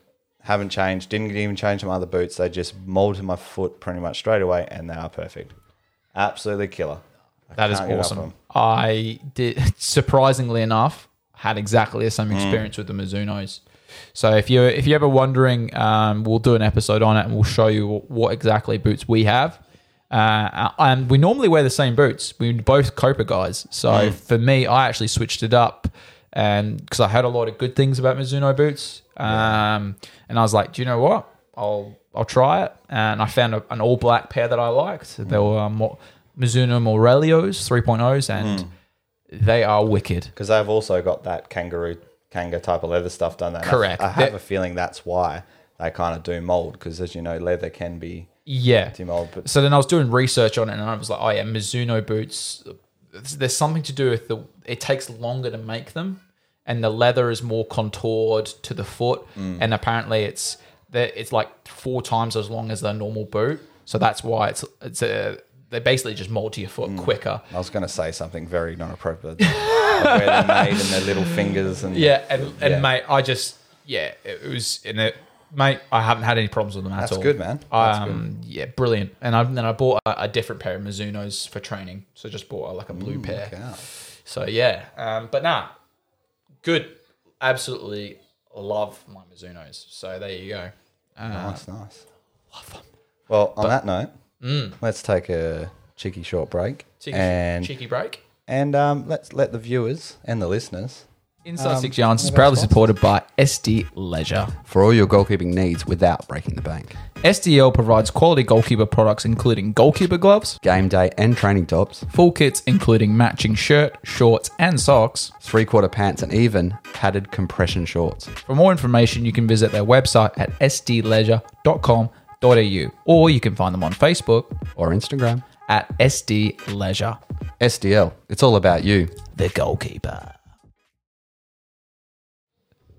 [SPEAKER 1] Haven't changed. Didn't even change my other boots. They just molded my foot pretty much straight away, and they are perfect. Absolutely killer. I
[SPEAKER 2] That is
[SPEAKER 1] can't get off them.
[SPEAKER 2] awesome. I did <laughs> surprisingly enough had exactly the
[SPEAKER 1] Hmm.
[SPEAKER 2] same experience with the Mizuno's. So if you if you're ever wondering, um, we'll do an episode on it and we'll show you what exactly boots we have. Uh, and we normally wear the same boots. We're both Copa guys. So
[SPEAKER 1] Hmm.
[SPEAKER 2] for me, I actually switched it up and because I heard a lot of good things about Mizuno boots, um, and I was like, do you know what? I'll I'll try it. And I found a, an all black pair that I liked. They were um, Mo- Mizuno Morelios 3.0s, and they are wicked.
[SPEAKER 1] because they've also got that kangaroo kanga type of leather stuff done. That and I-
[SPEAKER 2] Correct.
[SPEAKER 1] I, have
[SPEAKER 2] That-
[SPEAKER 1] a feeling that's why they kind of do mold because, as you know, leather can be
[SPEAKER 2] Yeah.
[SPEAKER 1] demold. But
[SPEAKER 2] So then I was doing research on it, and I was like, oh yeah, Mizuno boots. There's something to do with the. It takes longer to make them, and the leather is more contoured to the foot, and apparently it's that it's like four times as long as the normal boot. So that's why it's it's a. They basically just mold to your foot quicker.
[SPEAKER 1] I was going to say something very non appropriate where they're made and their little fingers and
[SPEAKER 2] Yeah, and, and
[SPEAKER 1] Yeah.
[SPEAKER 2] mate, I just yeah, it was and it, mate, I haven't had any problems with them at
[SPEAKER 1] That's
[SPEAKER 2] all.
[SPEAKER 1] good, man. That's
[SPEAKER 2] um, yeah, brilliant. And I, then I bought a, a different pair of Mizuno's for training, so just bought a, like a blue pair.
[SPEAKER 1] out.
[SPEAKER 2] So yeah, um, but nah, good. Absolutely love my Mizuno's. So there you go.
[SPEAKER 1] nice, nice. Well, on that note, let's take a cheeky short break
[SPEAKER 2] Mm. Cheeky,
[SPEAKER 1] and
[SPEAKER 2] cheeky break.
[SPEAKER 1] and um, let's let the viewers and the listeners
[SPEAKER 2] Inside Six Yards is proudly supported by SD Leisure.
[SPEAKER 4] for all your goalkeeping needs without breaking the bank.
[SPEAKER 2] SDL provides quality goalkeeper products, including goalkeeper gloves.
[SPEAKER 4] Game day and training tops,
[SPEAKER 2] Full kits including matching shirt, shorts, and socks.
[SPEAKER 4] three quarter pants, and even padded compression shorts.
[SPEAKER 2] For more information, you can visit their website at sdleisure.com.au or you can find them on Facebook
[SPEAKER 4] Or Instagram.
[SPEAKER 2] at sdleisure,
[SPEAKER 4] SDL, it's all about you.
[SPEAKER 2] the goalkeeper.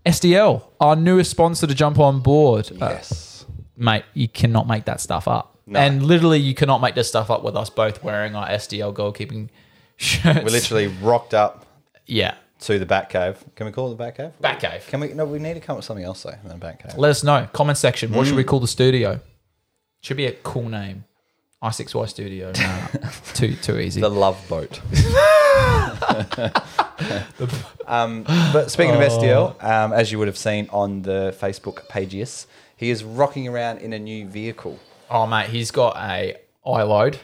[SPEAKER 2] SDL, our newest sponsor to jump on board. Uh,
[SPEAKER 1] yes
[SPEAKER 2] mate, you cannot make that stuff up. And literally, you cannot make this stuff up with us both wearing our SDL goalkeeping shirts.
[SPEAKER 1] we literally rocked up
[SPEAKER 2] yeah.
[SPEAKER 1] to the bat cave. Can we call it the bat cave?
[SPEAKER 2] Batcave.
[SPEAKER 1] Can we? No, we need to come up with something else though than bat cave.
[SPEAKER 2] Let us know. Comment section. What should
[SPEAKER 1] Mm.
[SPEAKER 2] we call the studio? Should be a cool name. I6Y Studio.
[SPEAKER 1] <laughs>
[SPEAKER 2] No, too too easy.
[SPEAKER 1] The Love Boat. <laughs> um, but speaking
[SPEAKER 4] Oh.
[SPEAKER 1] of SDL, um, as you would have seen on the Facebook pages, he is rocking around in a new vehicle.
[SPEAKER 2] oh mate, he's got a iLoad,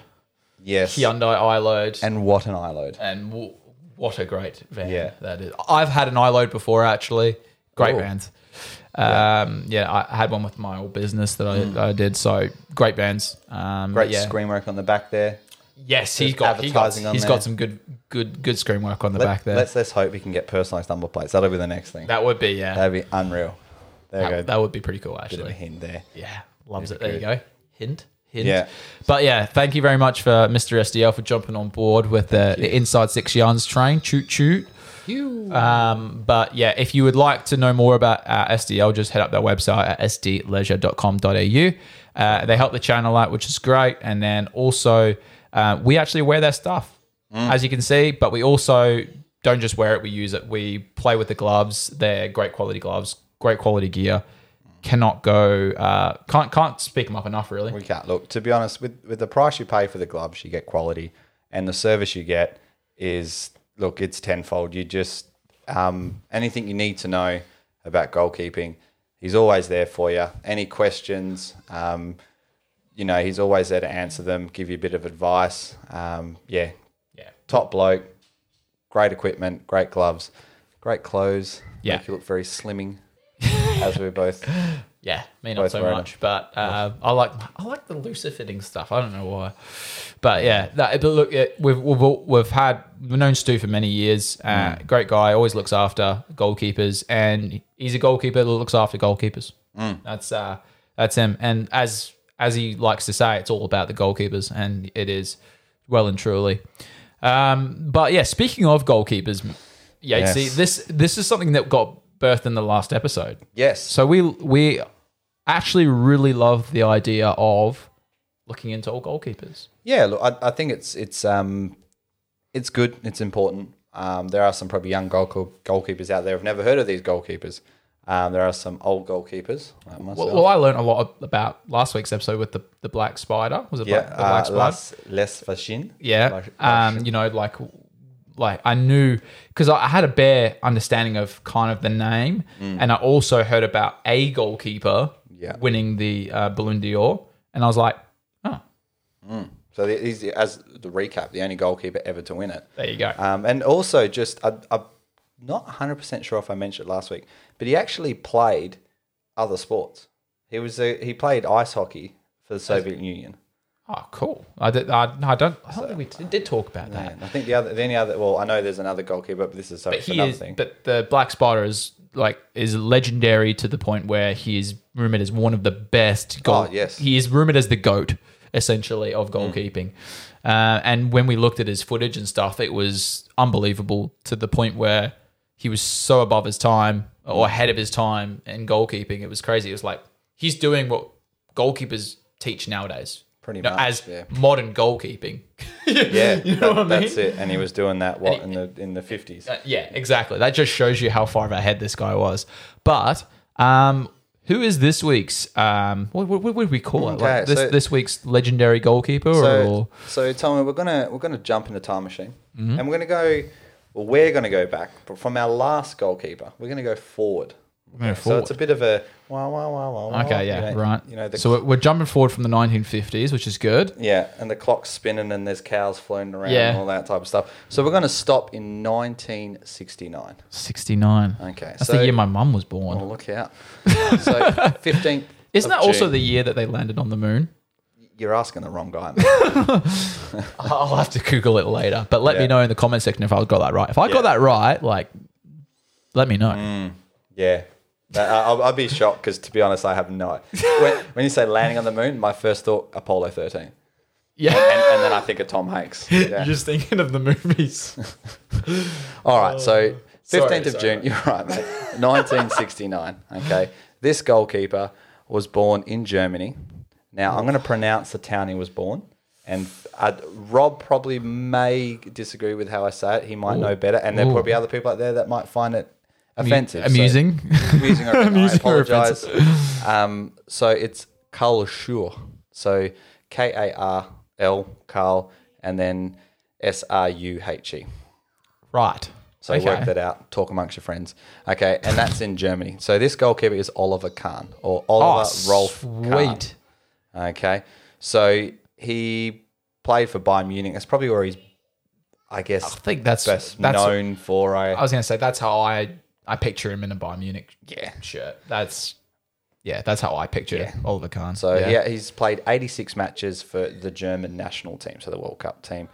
[SPEAKER 1] Yes.
[SPEAKER 2] Hyundai iLoad, and,
[SPEAKER 1] And what an eye load.
[SPEAKER 4] Uh,
[SPEAKER 2] and w- what a great van
[SPEAKER 1] Yeah.
[SPEAKER 2] that is. I've had an iLoad before actually. Great
[SPEAKER 1] Cool.
[SPEAKER 2] vans. Um, yeah. I had one with my old business that I, I did. So great vans. Um,
[SPEAKER 1] Mm. Great
[SPEAKER 2] yeah.
[SPEAKER 1] screen work on the back there.
[SPEAKER 2] Yes, he's
[SPEAKER 1] There's
[SPEAKER 2] got. He got
[SPEAKER 1] advertising on
[SPEAKER 2] he's
[SPEAKER 1] there.
[SPEAKER 2] got some good good good screen work on the
[SPEAKER 1] Let,
[SPEAKER 2] back there.
[SPEAKER 1] Let's, let's hope he can get personalised number plates. That'll be the next thing.
[SPEAKER 2] That would be yeah.
[SPEAKER 1] That'd be unreal. There you go.
[SPEAKER 2] that, that would be pretty cool
[SPEAKER 1] Bit of a
[SPEAKER 2] actually.
[SPEAKER 1] hint there.
[SPEAKER 2] Yeah, loves it. There
[SPEAKER 1] good.
[SPEAKER 2] you go. Hint, hint.
[SPEAKER 1] Yeah.
[SPEAKER 2] But yeah, thank you very much for Mr. SDL for jumping on board with the, the Inside Six Yarns train. Choot, choot. Um, but yeah, if you would like to know more about uh, SDL, just head up their website at sdleisure.com.au. Uh, they help the channel out, which is great. And then also, uh, we actually wear their stuff, as you can see, but we also don't just wear it, we use it. We play with the gloves. They're great quality gloves, great quality gear. Cannot go, uh, can't, can't speak them up enough, really.
[SPEAKER 1] We can't look. To be honest, with with the price you pay for the gloves, you get quality, and the service you get is look, it's tenfold. You just um, anything you need to know about goalkeeping, he's always there for you. Any questions, um, you know, he's always there to answer them, give you a bit of advice. Um, yeah,
[SPEAKER 2] Yeah.
[SPEAKER 1] top bloke, great equipment, great gloves, great clothes.
[SPEAKER 2] Yeah.
[SPEAKER 1] make you look very slimming, <laughs> as we both.
[SPEAKER 2] Yeah, me not
[SPEAKER 1] Both
[SPEAKER 2] so
[SPEAKER 1] wearing
[SPEAKER 2] much, but uh, I like I like the looser fitting stuff. I don't know why, but yeah, that, but look, it, we've, we've we've had we've known Stu for many years. Uh, Great guy, always looks after goalkeepers, and he's a goalkeeper that looks after goalkeepers. That's uh, that's him. And as as he likes to say, it's all about the goalkeepers, and it is well and truly. Um, but yeah, speaking of goalkeepers, yeah,
[SPEAKER 1] Yes.
[SPEAKER 2] see this this is something that got birthed in the last episode.
[SPEAKER 1] Yes,
[SPEAKER 2] So we we actually really love the idea of looking into all goalkeepers.
[SPEAKER 1] Yeah, look, I, I think it's it's um, it's good. It's important. Um, there are some probably young goal, goalkeepers out there who've never heard of these goalkeepers. Um, there are some old goalkeepers. Like myself.
[SPEAKER 2] Well, well, I learned a lot about last week's episode with the, the black spider. Was it
[SPEAKER 1] yeah,
[SPEAKER 2] black, the black
[SPEAKER 1] uh,
[SPEAKER 2] spider?
[SPEAKER 1] Les Les Fashin.
[SPEAKER 2] yeah.
[SPEAKER 1] Like-
[SPEAKER 2] Um, you know, like like I knew because I I had a bare understanding of kind of the name, and I also heard about a goalkeeper
[SPEAKER 1] Mm. Yeah.
[SPEAKER 2] winning the uh, Ballon d'Or, and I was like, oh,
[SPEAKER 1] So the- he's the- as the recap, the only goalkeeper ever to win it.
[SPEAKER 2] there you go.
[SPEAKER 1] Um, and also, just I, I'm not 100 percent sure if I mentioned it last week, but he actually played other sports. He was a, he played ice hockey for the Soviet Union.
[SPEAKER 2] oh, cool. I did. I, no, I don't. I don't think we did, did talk about that.
[SPEAKER 1] And I think the other, the only other, well, I know there's another goalkeeper, but this is
[SPEAKER 2] but
[SPEAKER 1] something
[SPEAKER 2] he
[SPEAKER 1] another
[SPEAKER 2] is,
[SPEAKER 1] thing.
[SPEAKER 2] but the Black Spider is like is legendary to the point where he is rumored as one of the best. Goal-
[SPEAKER 1] Oh, yes. Hmm.
[SPEAKER 2] he is rumored as the goat essentially of goalkeeping. Uh, and when we looked at his footage and stuff, it was unbelievable to the point where he was so above his time or ahead of his time in goalkeeping. It was crazy. It was like he's doing what goalkeepers teach nowadays.
[SPEAKER 1] Pretty
[SPEAKER 2] You know,
[SPEAKER 1] much,
[SPEAKER 2] as
[SPEAKER 1] yeah.
[SPEAKER 2] modern goalkeeping. <laughs>
[SPEAKER 1] yeah,
[SPEAKER 2] know
[SPEAKER 1] that-
[SPEAKER 2] what I
[SPEAKER 1] that's it. And he was doing that what in the in the fifties.
[SPEAKER 2] Uh, yeah, exactly. That just shows you how far ahead this guy was. But um, who is this week's? Um, what, what, what would we call it?
[SPEAKER 1] Okay,
[SPEAKER 2] Like this
[SPEAKER 1] so-
[SPEAKER 2] this week's legendary goalkeeper,
[SPEAKER 1] So,
[SPEAKER 2] or
[SPEAKER 1] so Tommy, we're gonna we're gonna jump in the time machine,
[SPEAKER 2] Mm-hmm.
[SPEAKER 1] and we're gonna go. Well, we're gonna go back but from our last goalkeeper. We're gonna go forward.
[SPEAKER 2] going
[SPEAKER 1] So it's a bit of a wow, wow, wow, wow. wow,
[SPEAKER 2] okay, yeah,
[SPEAKER 1] you know,
[SPEAKER 2] right.
[SPEAKER 1] You know, the,
[SPEAKER 2] so we're, we're jumping forward from the 1950s, which is good.
[SPEAKER 1] yeah, and the clock's spinning, and there's cows floating around,
[SPEAKER 2] Yeah.
[SPEAKER 1] and all that type of stuff. So we're gonna stop in 1969.
[SPEAKER 2] 69.
[SPEAKER 1] Okay,
[SPEAKER 2] that's
[SPEAKER 1] so-
[SPEAKER 2] the year my mum was born.
[SPEAKER 1] Oh, look
[SPEAKER 2] <laughs>
[SPEAKER 1] out! So 15th.
[SPEAKER 2] Isn't
[SPEAKER 1] of
[SPEAKER 2] that also
[SPEAKER 1] June.
[SPEAKER 2] the year that they landed on the moon?
[SPEAKER 1] You're asking the wrong guy. mate.
[SPEAKER 2] <laughs> I'll have to Google it later, but let
[SPEAKER 1] Yeah.
[SPEAKER 2] me know in the comment section if I got that right. If I
[SPEAKER 1] Yeah.
[SPEAKER 2] got that right, like, let me know.
[SPEAKER 1] Mm. Yeah. That- I- I'll, I'll be shocked because, to be honest, I have no. When, when you say landing on the moon, my first thought Apollo 13,
[SPEAKER 2] <laughs> Yeah,
[SPEAKER 1] and, and then I think of Tom
[SPEAKER 2] <laughs>
[SPEAKER 1] Hanks. Yeah.
[SPEAKER 2] just thinking of the <laughs> movies.
[SPEAKER 1] All right, so 15th
[SPEAKER 2] Oh, Sorry,
[SPEAKER 1] of
[SPEAKER 2] sorry,
[SPEAKER 1] June, <laughs> you're right, mate. 1969. Okay, this goalkeeper was born in Germany. Now I'm going to pronounce the town he was born, and i Rob probably may disagree with how I say it. He might know better, and there
[SPEAKER 2] Ooh.
[SPEAKER 1] probably other people out there that might find it offensive. so-
[SPEAKER 2] Amusing.
[SPEAKER 1] <laughs>
[SPEAKER 2] <laughs>
[SPEAKER 1] amusing or
[SPEAKER 2] Amusing
[SPEAKER 1] I
[SPEAKER 2] or
[SPEAKER 1] apologize. um, so it's Karl Schur. So K A R L Karl and then S R U H E.
[SPEAKER 2] Right.
[SPEAKER 1] So work that out. Talk amongst your friends. Okay, and that's in Germany. So this goalkeeper is Oliver Kahn or Oliver Rolf Kahn.
[SPEAKER 2] Oh, Sweet.
[SPEAKER 1] Okay, so he played for Bayern Munich. That's probably where he's, I guess,
[SPEAKER 2] I think that's
[SPEAKER 1] best
[SPEAKER 2] that's.
[SPEAKER 1] known for. eh? I,
[SPEAKER 2] I was gonna say that's how I I picture him in a Bayern Munich
[SPEAKER 1] yeah.
[SPEAKER 2] shirt. That's yeah, that's how I picture Oliver Kahn.
[SPEAKER 1] So yeah. he's played 86 matches for the German national team, so the World Cup team.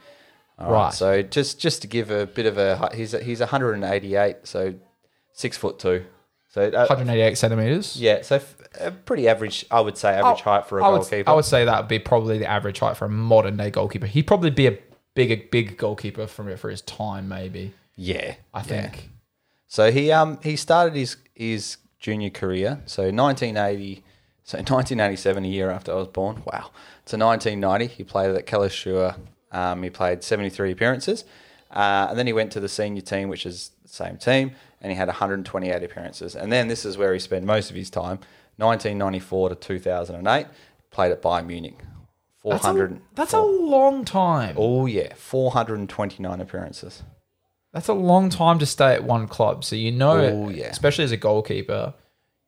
[SPEAKER 1] All
[SPEAKER 2] Right.
[SPEAKER 1] So just just to give a bit of a hi- he's he's 188, so six foot two. So uh,
[SPEAKER 2] 188 centimeters.
[SPEAKER 1] yeah, so f- a pretty average, I would say, average height for a
[SPEAKER 2] Oh, I would,
[SPEAKER 1] goalkeeper.
[SPEAKER 2] I would say that would be probably the average height for a modern day goalkeeper. He'd probably be a bigger big goalkeeper for for his time, maybe.
[SPEAKER 1] Yeah,
[SPEAKER 2] I
[SPEAKER 1] yeah.
[SPEAKER 2] think.
[SPEAKER 1] So he um he started his his junior career. So 1980, so <laughs> 1987, a year after I was born. Wow. To 1990, he played at Kalashua. Um, he played 73 appearances, uh, and then he went to the senior team, which is the same team, and he had 128 appearances. And then this is where he spent most of his time. 1994 to 2008, played at Bayern Munich.
[SPEAKER 2] That's,
[SPEAKER 1] 400.
[SPEAKER 2] a, that's a long time.
[SPEAKER 1] oh yeah, 429 appearances.
[SPEAKER 2] That's a long time to stay at one club. So you know,
[SPEAKER 1] Oh, yeah.
[SPEAKER 2] especially as a goalkeeper,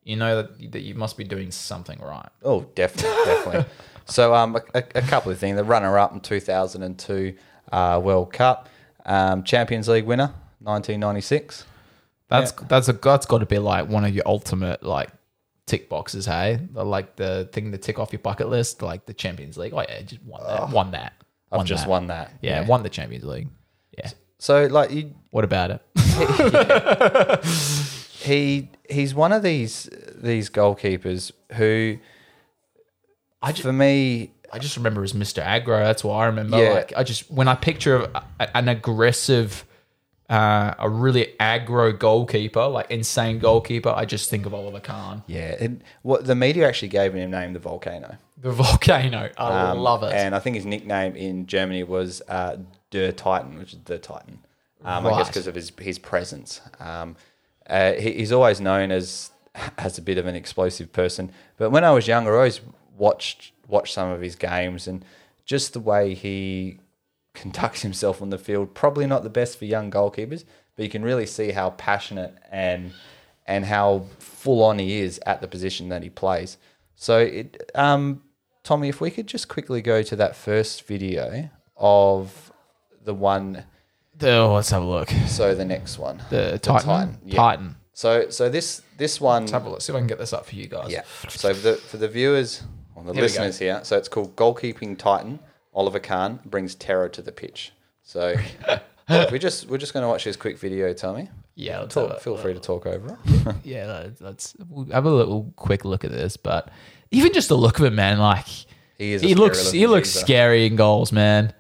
[SPEAKER 2] you know that, that you must be doing something right.
[SPEAKER 1] Oh, definitely,
[SPEAKER 2] <laughs>
[SPEAKER 1] definitely. so, um, a, a a couple of things. The runner-up in 2002 uh, World Cup, um, Champions League winner, 1996.
[SPEAKER 2] That's that's a that's got to be like one of your ultimate like tick boxes, hey? The- Like the thing to tick off your bucket list, like the Champions League. Oh yeah, just won that, won that.
[SPEAKER 1] I've
[SPEAKER 2] won
[SPEAKER 1] just
[SPEAKER 2] that.
[SPEAKER 1] won that.
[SPEAKER 2] Yeah, won the Champions League. Yeah.
[SPEAKER 1] So, like, you,
[SPEAKER 2] What about it?
[SPEAKER 1] he he's one of these these goalkeepers who,
[SPEAKER 2] I ju-
[SPEAKER 1] for me,
[SPEAKER 2] I just remember as Mr. Aggro. That's what I remember.
[SPEAKER 1] Yeah.
[SPEAKER 2] Like I just when I picture of a- an aggressive, uh, a really aggro goalkeeper, like insane goalkeeper, I just think of Oliver Kahn,
[SPEAKER 1] yeah, it, what the media actually gave him name, the volcano.
[SPEAKER 2] the volcano. I
[SPEAKER 1] Um,
[SPEAKER 2] love it.
[SPEAKER 1] And I think his nickname in Germany was uh, Der Titan, which is the Titan. Um, I guess
[SPEAKER 2] Right.
[SPEAKER 1] because of his his presence. Um, uh, he, he's always known as as a bit of an explosive person. But when I was younger, I always watched watched some of his games and just the way he conducts <laughs> himself on the field. Probably not the best for young goalkeepers, but you can really see how passionate and and how full on he is at the position that he plays. So, it, um, Tommy, if we could just quickly go to that first video of the one.
[SPEAKER 2] oh, let's have a look.
[SPEAKER 1] So the next one,
[SPEAKER 2] The Titan.
[SPEAKER 1] Titan, yeah.
[SPEAKER 2] Titan.
[SPEAKER 1] So so this this one,
[SPEAKER 2] Let's have a look. See if I can get this up for you guys.
[SPEAKER 1] yeah. So for the for the viewers or the
[SPEAKER 2] Here we go.
[SPEAKER 1] listeners here, so it's called goalkeeping Titan. Oliver Kahn brings terror to the pitch.
[SPEAKER 2] <laughs>
[SPEAKER 1] So if we just we're just going to watch this quick video, Tommy.
[SPEAKER 2] Yeah. Let's have
[SPEAKER 1] Talk,
[SPEAKER 2] a-
[SPEAKER 1] feel free to talk over.
[SPEAKER 2] yeah, let's- let's we'll have a little quick look at this. But even just the look of it, man, like
[SPEAKER 1] <laughs> He
[SPEAKER 2] he,
[SPEAKER 1] is a scary
[SPEAKER 2] looks
[SPEAKER 1] looking
[SPEAKER 2] he looks
[SPEAKER 1] geezer.
[SPEAKER 2] scary in goals, man.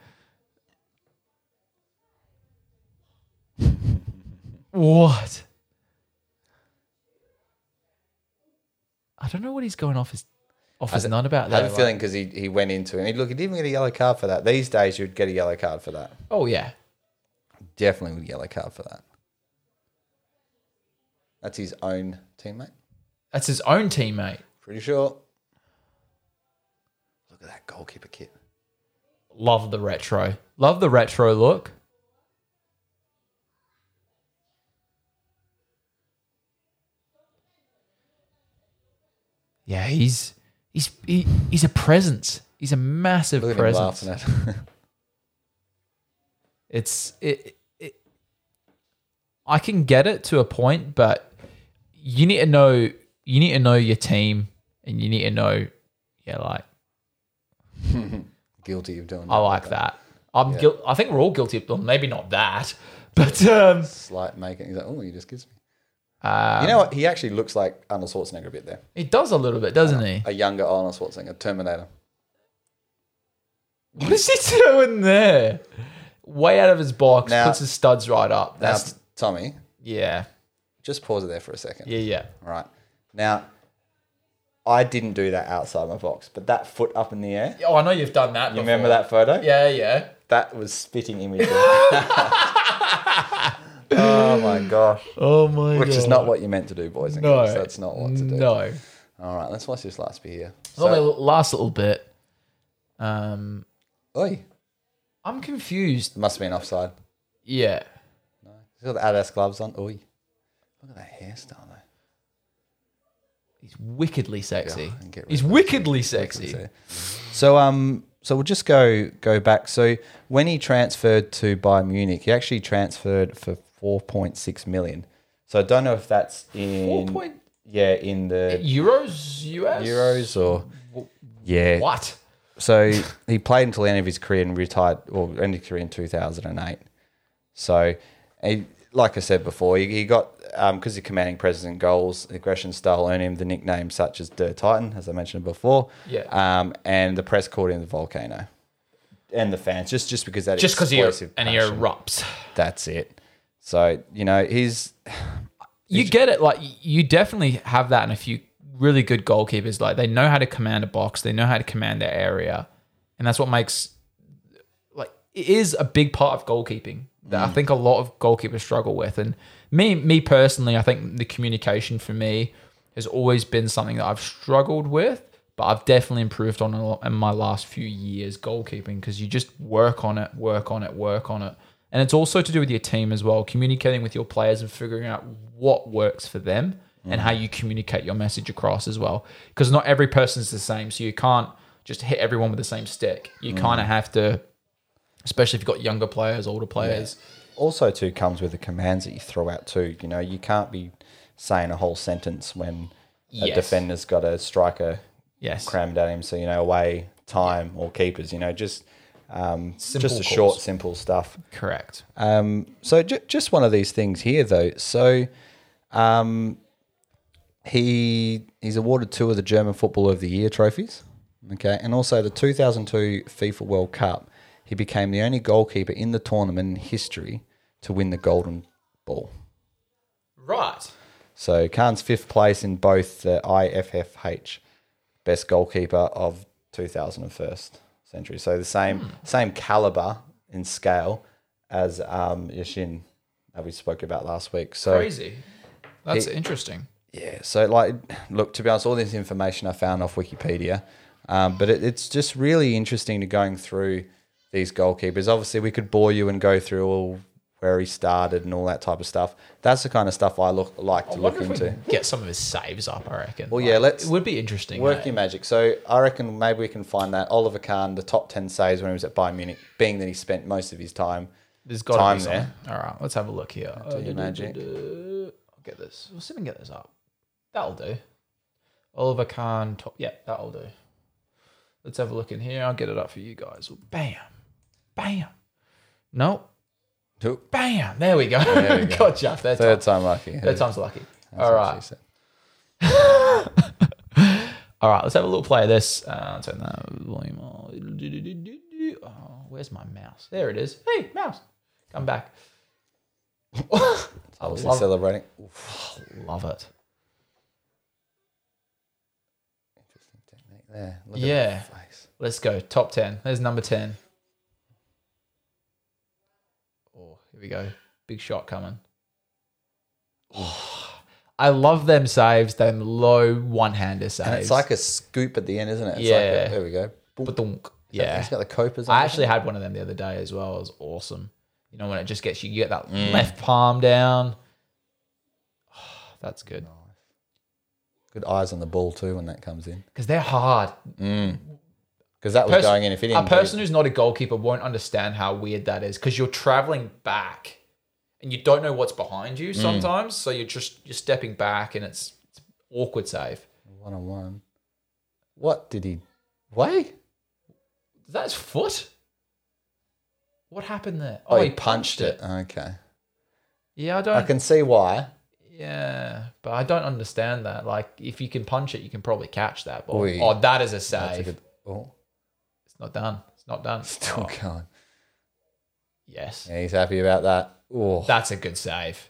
[SPEAKER 2] what? I don't know what he's going off his off his nut
[SPEAKER 1] I have
[SPEAKER 2] about. there,
[SPEAKER 1] a
[SPEAKER 2] like-
[SPEAKER 1] feeling because he, he went into it. And he, look, he didn't get a yellow card for that. These days, you'd get a yellow card for that.
[SPEAKER 2] oh yeah,
[SPEAKER 1] Definitely would yellow card for that. That's his own teammate.
[SPEAKER 2] that's his own teammate.
[SPEAKER 1] Pretty sure. Look at that goalkeeper kit.
[SPEAKER 2] Love the retro. Love the retro look. Yeah, he's he's he, he's a presence. He's a massive
[SPEAKER 1] Look at
[SPEAKER 2] presence.
[SPEAKER 1] him laughing at.
[SPEAKER 2] It's it, it. I can get it to a point, but you need to know you need to know your team, and you need to know, yeah, like
[SPEAKER 1] <laughs> Guilty of doing.
[SPEAKER 2] I like that. I'm guil- I think we're all guilty of well, maybe not that, <laughs> but um,
[SPEAKER 1] Slight making. He's like, oh, he just gives me.
[SPEAKER 2] uh,
[SPEAKER 1] You know what? He actually looks like Arnold Schwarzenegger a bit there.
[SPEAKER 2] he does a little bit, doesn't
[SPEAKER 1] <laughs>
[SPEAKER 2] he?
[SPEAKER 1] A younger Arnold Schwarzenegger, Terminator.
[SPEAKER 2] What is he doing there? Way out of his box,
[SPEAKER 1] Now-
[SPEAKER 2] puts his studs right up.
[SPEAKER 1] Now,
[SPEAKER 2] That's
[SPEAKER 1] Tommy,
[SPEAKER 2] yeah,
[SPEAKER 1] just pause it there for a second.
[SPEAKER 2] yeah, yeah.
[SPEAKER 1] All right. Now, I didn't do that outside my box, but that foot up in the air.
[SPEAKER 2] Oh, I know you've done that.
[SPEAKER 1] You remember that photo?
[SPEAKER 2] Yeah, yeah.
[SPEAKER 1] That was spitting <laughs> imagery. oh my
[SPEAKER 2] <laughs>
[SPEAKER 1] gosh.
[SPEAKER 2] Oh my
[SPEAKER 1] Which is not what you meant to do, boys and
[SPEAKER 2] No,
[SPEAKER 1] girls. That's not what to do.
[SPEAKER 2] No.
[SPEAKER 1] All right, let's watch this last bit here.
[SPEAKER 2] It's only
[SPEAKER 1] So,
[SPEAKER 2] the last little bit. Um,
[SPEAKER 1] oi,
[SPEAKER 2] I'm confused.
[SPEAKER 1] must have been offside.
[SPEAKER 2] Yeah.
[SPEAKER 1] He's got the Adidas gloves on. Oi. Look at that hairstyle, though.
[SPEAKER 2] He's wickedly sexy.
[SPEAKER 1] and get rid
[SPEAKER 2] He's wickedly sexy.
[SPEAKER 1] So- So um, so we'll just go go back. So when he transferred to Bayern Munich, he actually transferred for four point six million. So I don't know if that's in
[SPEAKER 2] 4.6?
[SPEAKER 1] yeah in the
[SPEAKER 2] Euros, US,
[SPEAKER 1] euros or yeah.
[SPEAKER 2] What?
[SPEAKER 1] So he played until the end of his career and retired, or ended his career in two thousand and eight. So, he, like I said before, he, he got because he commanding president goals, aggression style earned him the nickname such as Dirt Titan, as I mentioned before.
[SPEAKER 2] Yeah.
[SPEAKER 1] Um, and the press called him the volcano, and the fans just just because that
[SPEAKER 2] Just because he er,
[SPEAKER 1] explosive
[SPEAKER 2] and he
[SPEAKER 1] passion.
[SPEAKER 2] erupts.
[SPEAKER 1] That's it. So you know he's
[SPEAKER 2] you get it. Like you definitely have that in a few really good goalkeepers. Like they know how to command a box, they know how to command their area, and that's what makes like it is a big part of goalkeeping that I think a lot of goalkeepers struggle with. And me, me personally, I think the communication for me has always been something that I've struggled with, but I've definitely improved on it a lot in my last few years goalkeeping because you just work on it, work on it, work on it. And it's also to do with your team as well, communicating with your players and figuring out what works for them and how you communicate your message across as well. Because not every person's the same. So you can't just hit everyone with the same stick. You kind of have to, especially if you've got younger players, older players.
[SPEAKER 1] also too comes with the commands that you throw out too. You know you can't be saying a whole sentence when a
[SPEAKER 2] Yes.
[SPEAKER 1] defender's got a striker
[SPEAKER 2] Yes.
[SPEAKER 1] crammed at him. So you know away time or keepers. You know just um, just a
[SPEAKER 2] Simple
[SPEAKER 1] short
[SPEAKER 2] calls.
[SPEAKER 1] simple stuff.
[SPEAKER 2] Correct.
[SPEAKER 1] Um, so j- just one of these things here, though. So, um, he he's awarded two of the German Football of the Year trophies. Okay, and also the 2002 FIFA World Cup, he became the only goalkeeper in the tournament in history to win the Golden Ball.
[SPEAKER 2] Right.
[SPEAKER 1] So Khan's fifth place in both the IFFH Best Goalkeeper of 2001st century. So the same same caliber in scale as um, Yashin that we spoke about last week. So
[SPEAKER 2] Crazy. That's interesting.
[SPEAKER 1] yeah, so like, look, to be honest, all this information I found off Wikipedia, um, but it, it's just really interesting to going through these goalkeepers. Obviously, we could bore you and go through all where he started and all that type of stuff. That's the kind of stuff I look like to look into.
[SPEAKER 2] get some of his saves up, I reckon.
[SPEAKER 1] Well, yeah, let's-
[SPEAKER 2] It would be interesting.
[SPEAKER 1] Work
[SPEAKER 2] eh?
[SPEAKER 1] your magic. So I reckon maybe we can find that Oliver Kahn, the top ten saves when he was at Bayern Munich, being that he spent most of his time.
[SPEAKER 2] There's got
[SPEAKER 1] time
[SPEAKER 2] to be
[SPEAKER 1] there.
[SPEAKER 2] there. All right, let's have a look here. Uh,
[SPEAKER 1] your magic.
[SPEAKER 2] I'll get this. We'll see if we can get this up. That'll do. Oliver Kahn. Top. Yeah, that'll do. Let's have a look in here. I'll get it up for you guys. Bam, bam. No, bam. There we go. <laughs> gotcha. Third,
[SPEAKER 1] Third
[SPEAKER 2] time.
[SPEAKER 1] time lucky.
[SPEAKER 2] Third time's lucky.
[SPEAKER 1] That's
[SPEAKER 2] All
[SPEAKER 1] what
[SPEAKER 2] right.
[SPEAKER 1] she said.
[SPEAKER 2] All right, let's have a little play of this. Uh, turn that volume on. Oh, where's my mouse? There it is. Hey, mouse, come back.
[SPEAKER 1] I was
[SPEAKER 2] Love-
[SPEAKER 1] celebrating.
[SPEAKER 2] Love it.
[SPEAKER 1] Interesting technique there. Look
[SPEAKER 2] Yeah.
[SPEAKER 1] At the face.
[SPEAKER 2] Let's go. Top 10. There's number 10. Oh, here we go. Big shot coming. Oh, I love them saves, them low one hander saves.
[SPEAKER 1] And it's like a scoop at the end, isn't it? It's Like
[SPEAKER 2] Yeah.
[SPEAKER 1] a, there we go. Boom.
[SPEAKER 2] But the-
[SPEAKER 1] He's
[SPEAKER 2] yeah.
[SPEAKER 1] got the copers.
[SPEAKER 2] I
[SPEAKER 1] on
[SPEAKER 2] actually had one of them the other day as well. It was awesome. You know, when it just gets you, you get that
[SPEAKER 1] Mm.
[SPEAKER 2] left palm down. <sighs> Oh, that's good.
[SPEAKER 1] it. good eyes on the ball too when that comes in.
[SPEAKER 2] Because they're hard.
[SPEAKER 1] Because that was
[SPEAKER 2] Pers-
[SPEAKER 1] going in. If he
[SPEAKER 2] a
[SPEAKER 1] didn't, do-
[SPEAKER 2] person who's not a goalkeeper won't understand how weird that is because you're traveling back and you don't know what's behind you
[SPEAKER 1] Mm.
[SPEAKER 2] sometimes so you're just you're stepping back and it's, it's awkward save
[SPEAKER 1] one on one. What did he? Wait.
[SPEAKER 2] that's foot what happened there
[SPEAKER 1] Oh, he punched it. Okay.
[SPEAKER 2] yeah i
[SPEAKER 1] I
[SPEAKER 2] don't
[SPEAKER 1] can see why.
[SPEAKER 2] yeah but i don't understand that like if you can punch it you can probably catch that ball
[SPEAKER 1] Oi.
[SPEAKER 2] oh that is a
[SPEAKER 1] That's a
[SPEAKER 2] save
[SPEAKER 1] good. Oh, <laughs>
[SPEAKER 2] it's not done it's not done
[SPEAKER 1] still
[SPEAKER 2] Oh,
[SPEAKER 1] going.
[SPEAKER 2] yes
[SPEAKER 1] Yeah, he's happy about that. Oh,
[SPEAKER 2] that's a good save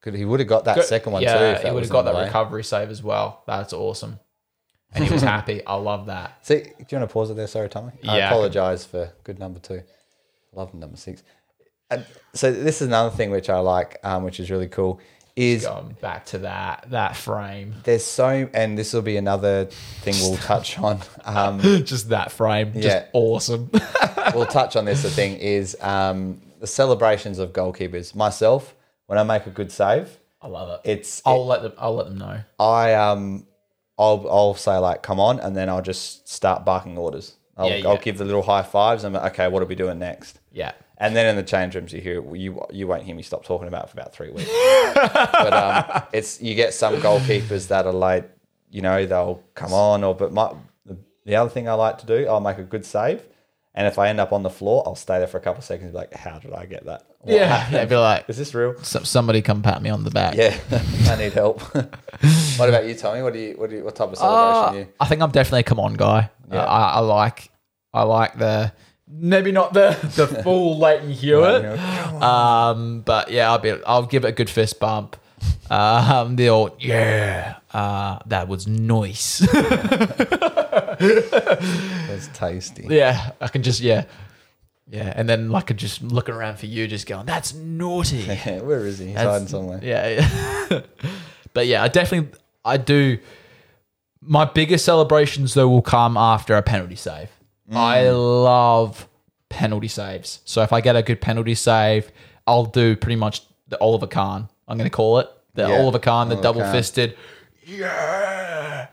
[SPEAKER 1] could, he would have got that
[SPEAKER 2] Good-
[SPEAKER 1] second one
[SPEAKER 2] yeah,
[SPEAKER 1] too. if
[SPEAKER 2] he would
[SPEAKER 1] was
[SPEAKER 2] have got
[SPEAKER 1] in the
[SPEAKER 2] that
[SPEAKER 1] way.
[SPEAKER 2] recovery save as well. That's awesome. And he was happy. I love that.
[SPEAKER 1] See, do you want to pause it there? Sorry, Tommy. I
[SPEAKER 2] Yeah.
[SPEAKER 1] apologise for good number two. Love number six. And so this is another thing which I like, um, which is really cool, <laughs> is
[SPEAKER 2] Going back to that that frame, <laughs>
[SPEAKER 1] there's so, and this will be another thing we'll touch on. Um,
[SPEAKER 2] just that frame, just
[SPEAKER 1] Yeah.
[SPEAKER 2] awesome. <laughs>
[SPEAKER 1] we'll touch on this. The thing is um, the celebrations of goalkeepers. Myself, when I make a good save,
[SPEAKER 2] I love it.
[SPEAKER 1] it's
[SPEAKER 2] I'll let them. I'll let them know.
[SPEAKER 1] I um I'll I'll say like come on and then I'll just start barking orders. I'll,
[SPEAKER 2] Yeah,
[SPEAKER 1] I'll
[SPEAKER 2] yeah.
[SPEAKER 1] give the little high fives. I'm like, okay, what are we doing next?
[SPEAKER 2] Yeah,
[SPEAKER 1] And then in the change rooms, you hear you you won't hear me stop talking about it for about three
[SPEAKER 2] <laughs>
[SPEAKER 1] weeks. but um, it's you get some goalkeepers that are like, you know, they'll come on or but my the, the other thing I like to do, I'll make a good save, and if I end up on the floor, I'll stay there for a couple of seconds, and be like, how did I get that? What
[SPEAKER 2] <laughs> yeah.
[SPEAKER 1] happened?
[SPEAKER 2] They'd be like,
[SPEAKER 1] Is this real?
[SPEAKER 2] "Some- somebody come pat me on the back.
[SPEAKER 1] Yeah, <laughs> I need help. <laughs> what about you, Tommy? What do you what do you, what type of celebration
[SPEAKER 2] Uh,
[SPEAKER 1] are you?
[SPEAKER 2] I think I'm definitely a come on guy. Uh, I, I like I like the maybe not the the full Leighton Hewitt, um, but yeah, I'll be I'll give it a good fist bump. Um, the old yeah, uh, that was nice.
[SPEAKER 1] That's tasty.
[SPEAKER 2] yeah, I can just yeah, yeah, and then like I just looking around for you, just going that's naughty.
[SPEAKER 1] <laughs> Yeah, where is he? He's
[SPEAKER 2] That's-
[SPEAKER 1] hiding somewhere.
[SPEAKER 2] Yeah, yeah. <laughs> but yeah, I definitely I do. My biggest celebrations though will come after a penalty save. I
[SPEAKER 1] Mm.
[SPEAKER 2] love penalty saves. So if I get a good penalty save, I'll do pretty much the Oliver Kahn. I'm going to call it the
[SPEAKER 1] Yeah,
[SPEAKER 2] Oliver Kahn, the
[SPEAKER 1] Oliver
[SPEAKER 2] double
[SPEAKER 1] Kahn.
[SPEAKER 2] fisted. Yeah.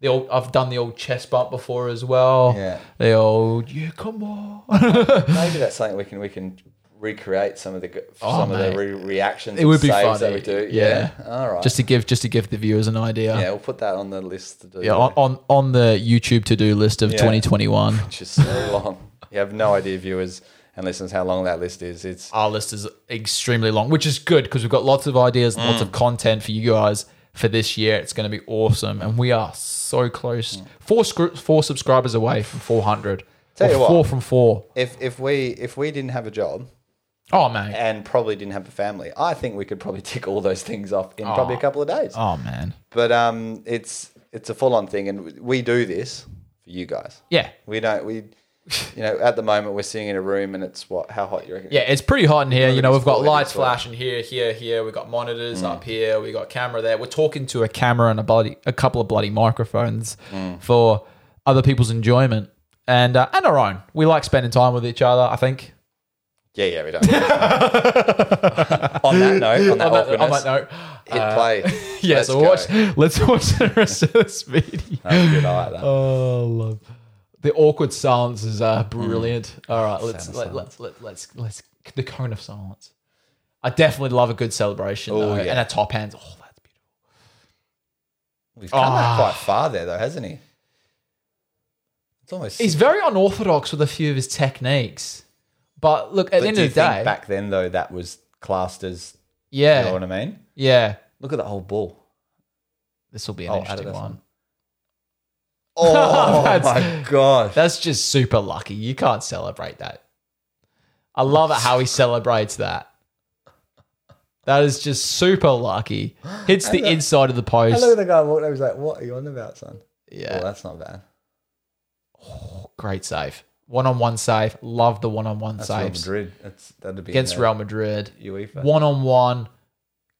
[SPEAKER 2] The old, I've done the old chest bump before as well.
[SPEAKER 1] Yeah.
[SPEAKER 2] The old yeah, come on.
[SPEAKER 1] Maybe that's something we can we can recreate some of the g- some of
[SPEAKER 2] Oh, mate.
[SPEAKER 1] the re- reactions.
[SPEAKER 2] it would
[SPEAKER 1] and
[SPEAKER 2] be
[SPEAKER 1] saves
[SPEAKER 2] fun
[SPEAKER 1] that we do. All right.
[SPEAKER 2] Just to give just to give the viewers an idea.
[SPEAKER 1] yeah, we'll put that on the list to do.
[SPEAKER 2] Yeah, on, on, on the YouTube to do list of 2021.
[SPEAKER 1] which is so long. You have no idea, viewers and listeners, how long that list is. It's
[SPEAKER 2] Our list is extremely long, which is good because we've got lots of ideas, lots of content for you guys for this year. It's going to be awesome, and we are so close. Four scr- four subscribers away from 400.
[SPEAKER 1] Tell
[SPEAKER 2] Or
[SPEAKER 1] you what.
[SPEAKER 2] four from four.
[SPEAKER 1] if if we if we didn't have a job
[SPEAKER 2] Oh man,
[SPEAKER 1] and probably didn't have a family, I think we could probably <laughs> tick all those things off in probably a couple of days.
[SPEAKER 2] oh man,
[SPEAKER 1] But um, it's it's a full on thing, and we do this for you guys.
[SPEAKER 2] yeah,
[SPEAKER 1] We don't we. You know, at the moment we're sitting in a room and it's what? How hot you reckon?
[SPEAKER 2] yeah. It's pretty hot in here. You know, we've got
[SPEAKER 1] Really good
[SPEAKER 2] lights
[SPEAKER 1] sport.
[SPEAKER 2] flashing here, here, here. We've got monitors
[SPEAKER 1] Mm.
[SPEAKER 2] up here. We got camera there. We're talking to a camera and a bloody a couple of bloody microphones
[SPEAKER 1] Mm.
[SPEAKER 2] for other people's enjoyment and uh, and our own. We like spending time with each other. I think.
[SPEAKER 1] Yeah, yeah, we don't. <laughs> on that note, on that,
[SPEAKER 2] On that, on
[SPEAKER 1] awkwardness,
[SPEAKER 2] that note,
[SPEAKER 1] hit
[SPEAKER 2] uh, <laughs>
[SPEAKER 1] <laughs> play.
[SPEAKER 2] yeah.
[SPEAKER 1] Let's
[SPEAKER 2] so
[SPEAKER 1] go.
[SPEAKER 2] watch. <laughs> Let's watch the rest of this video.
[SPEAKER 1] That's good. I like that. <laughs>
[SPEAKER 2] Oh, love. The awkward silences are brilliant. All right, let's
[SPEAKER 1] Sound of
[SPEAKER 2] let, let's let, let's let's the cone of silence. I definitely love a good celebration though,
[SPEAKER 1] yeah.
[SPEAKER 2] and a top hands. Oh, that's beautiful.
[SPEAKER 1] He's come
[SPEAKER 2] Ah.
[SPEAKER 1] out quite far there, though, hasn't he? It's almost.
[SPEAKER 2] He's very unorthodox with a few of his techniques, but look at
[SPEAKER 1] But
[SPEAKER 2] the end
[SPEAKER 1] do you
[SPEAKER 2] of the
[SPEAKER 1] think
[SPEAKER 2] day,
[SPEAKER 1] back then though that was classed as you
[SPEAKER 2] yeah,
[SPEAKER 1] know what I mean?
[SPEAKER 2] yeah,
[SPEAKER 1] Look at that whole ball.
[SPEAKER 2] this will be an
[SPEAKER 1] Oh,
[SPEAKER 2] interesting
[SPEAKER 1] Adidas
[SPEAKER 2] one.
[SPEAKER 1] one. <laughs> Oh
[SPEAKER 2] That's-
[SPEAKER 1] my gosh!
[SPEAKER 2] That's just super lucky. You can't celebrate that. I love it how he celebrates that. That is just super lucky. Hits <laughs> the inside of the post.
[SPEAKER 1] look at the guy walked over. He's like, "What are you on about, son?"
[SPEAKER 2] Yeah.
[SPEAKER 1] Well, that's not bad.
[SPEAKER 2] Great save. One on one save. Love the one on one
[SPEAKER 1] That's Real
[SPEAKER 2] saves
[SPEAKER 1] Madrid. That's that'd be in
[SPEAKER 2] against
[SPEAKER 1] the
[SPEAKER 2] Real Madrid.
[SPEAKER 1] UEFA.
[SPEAKER 2] One on one,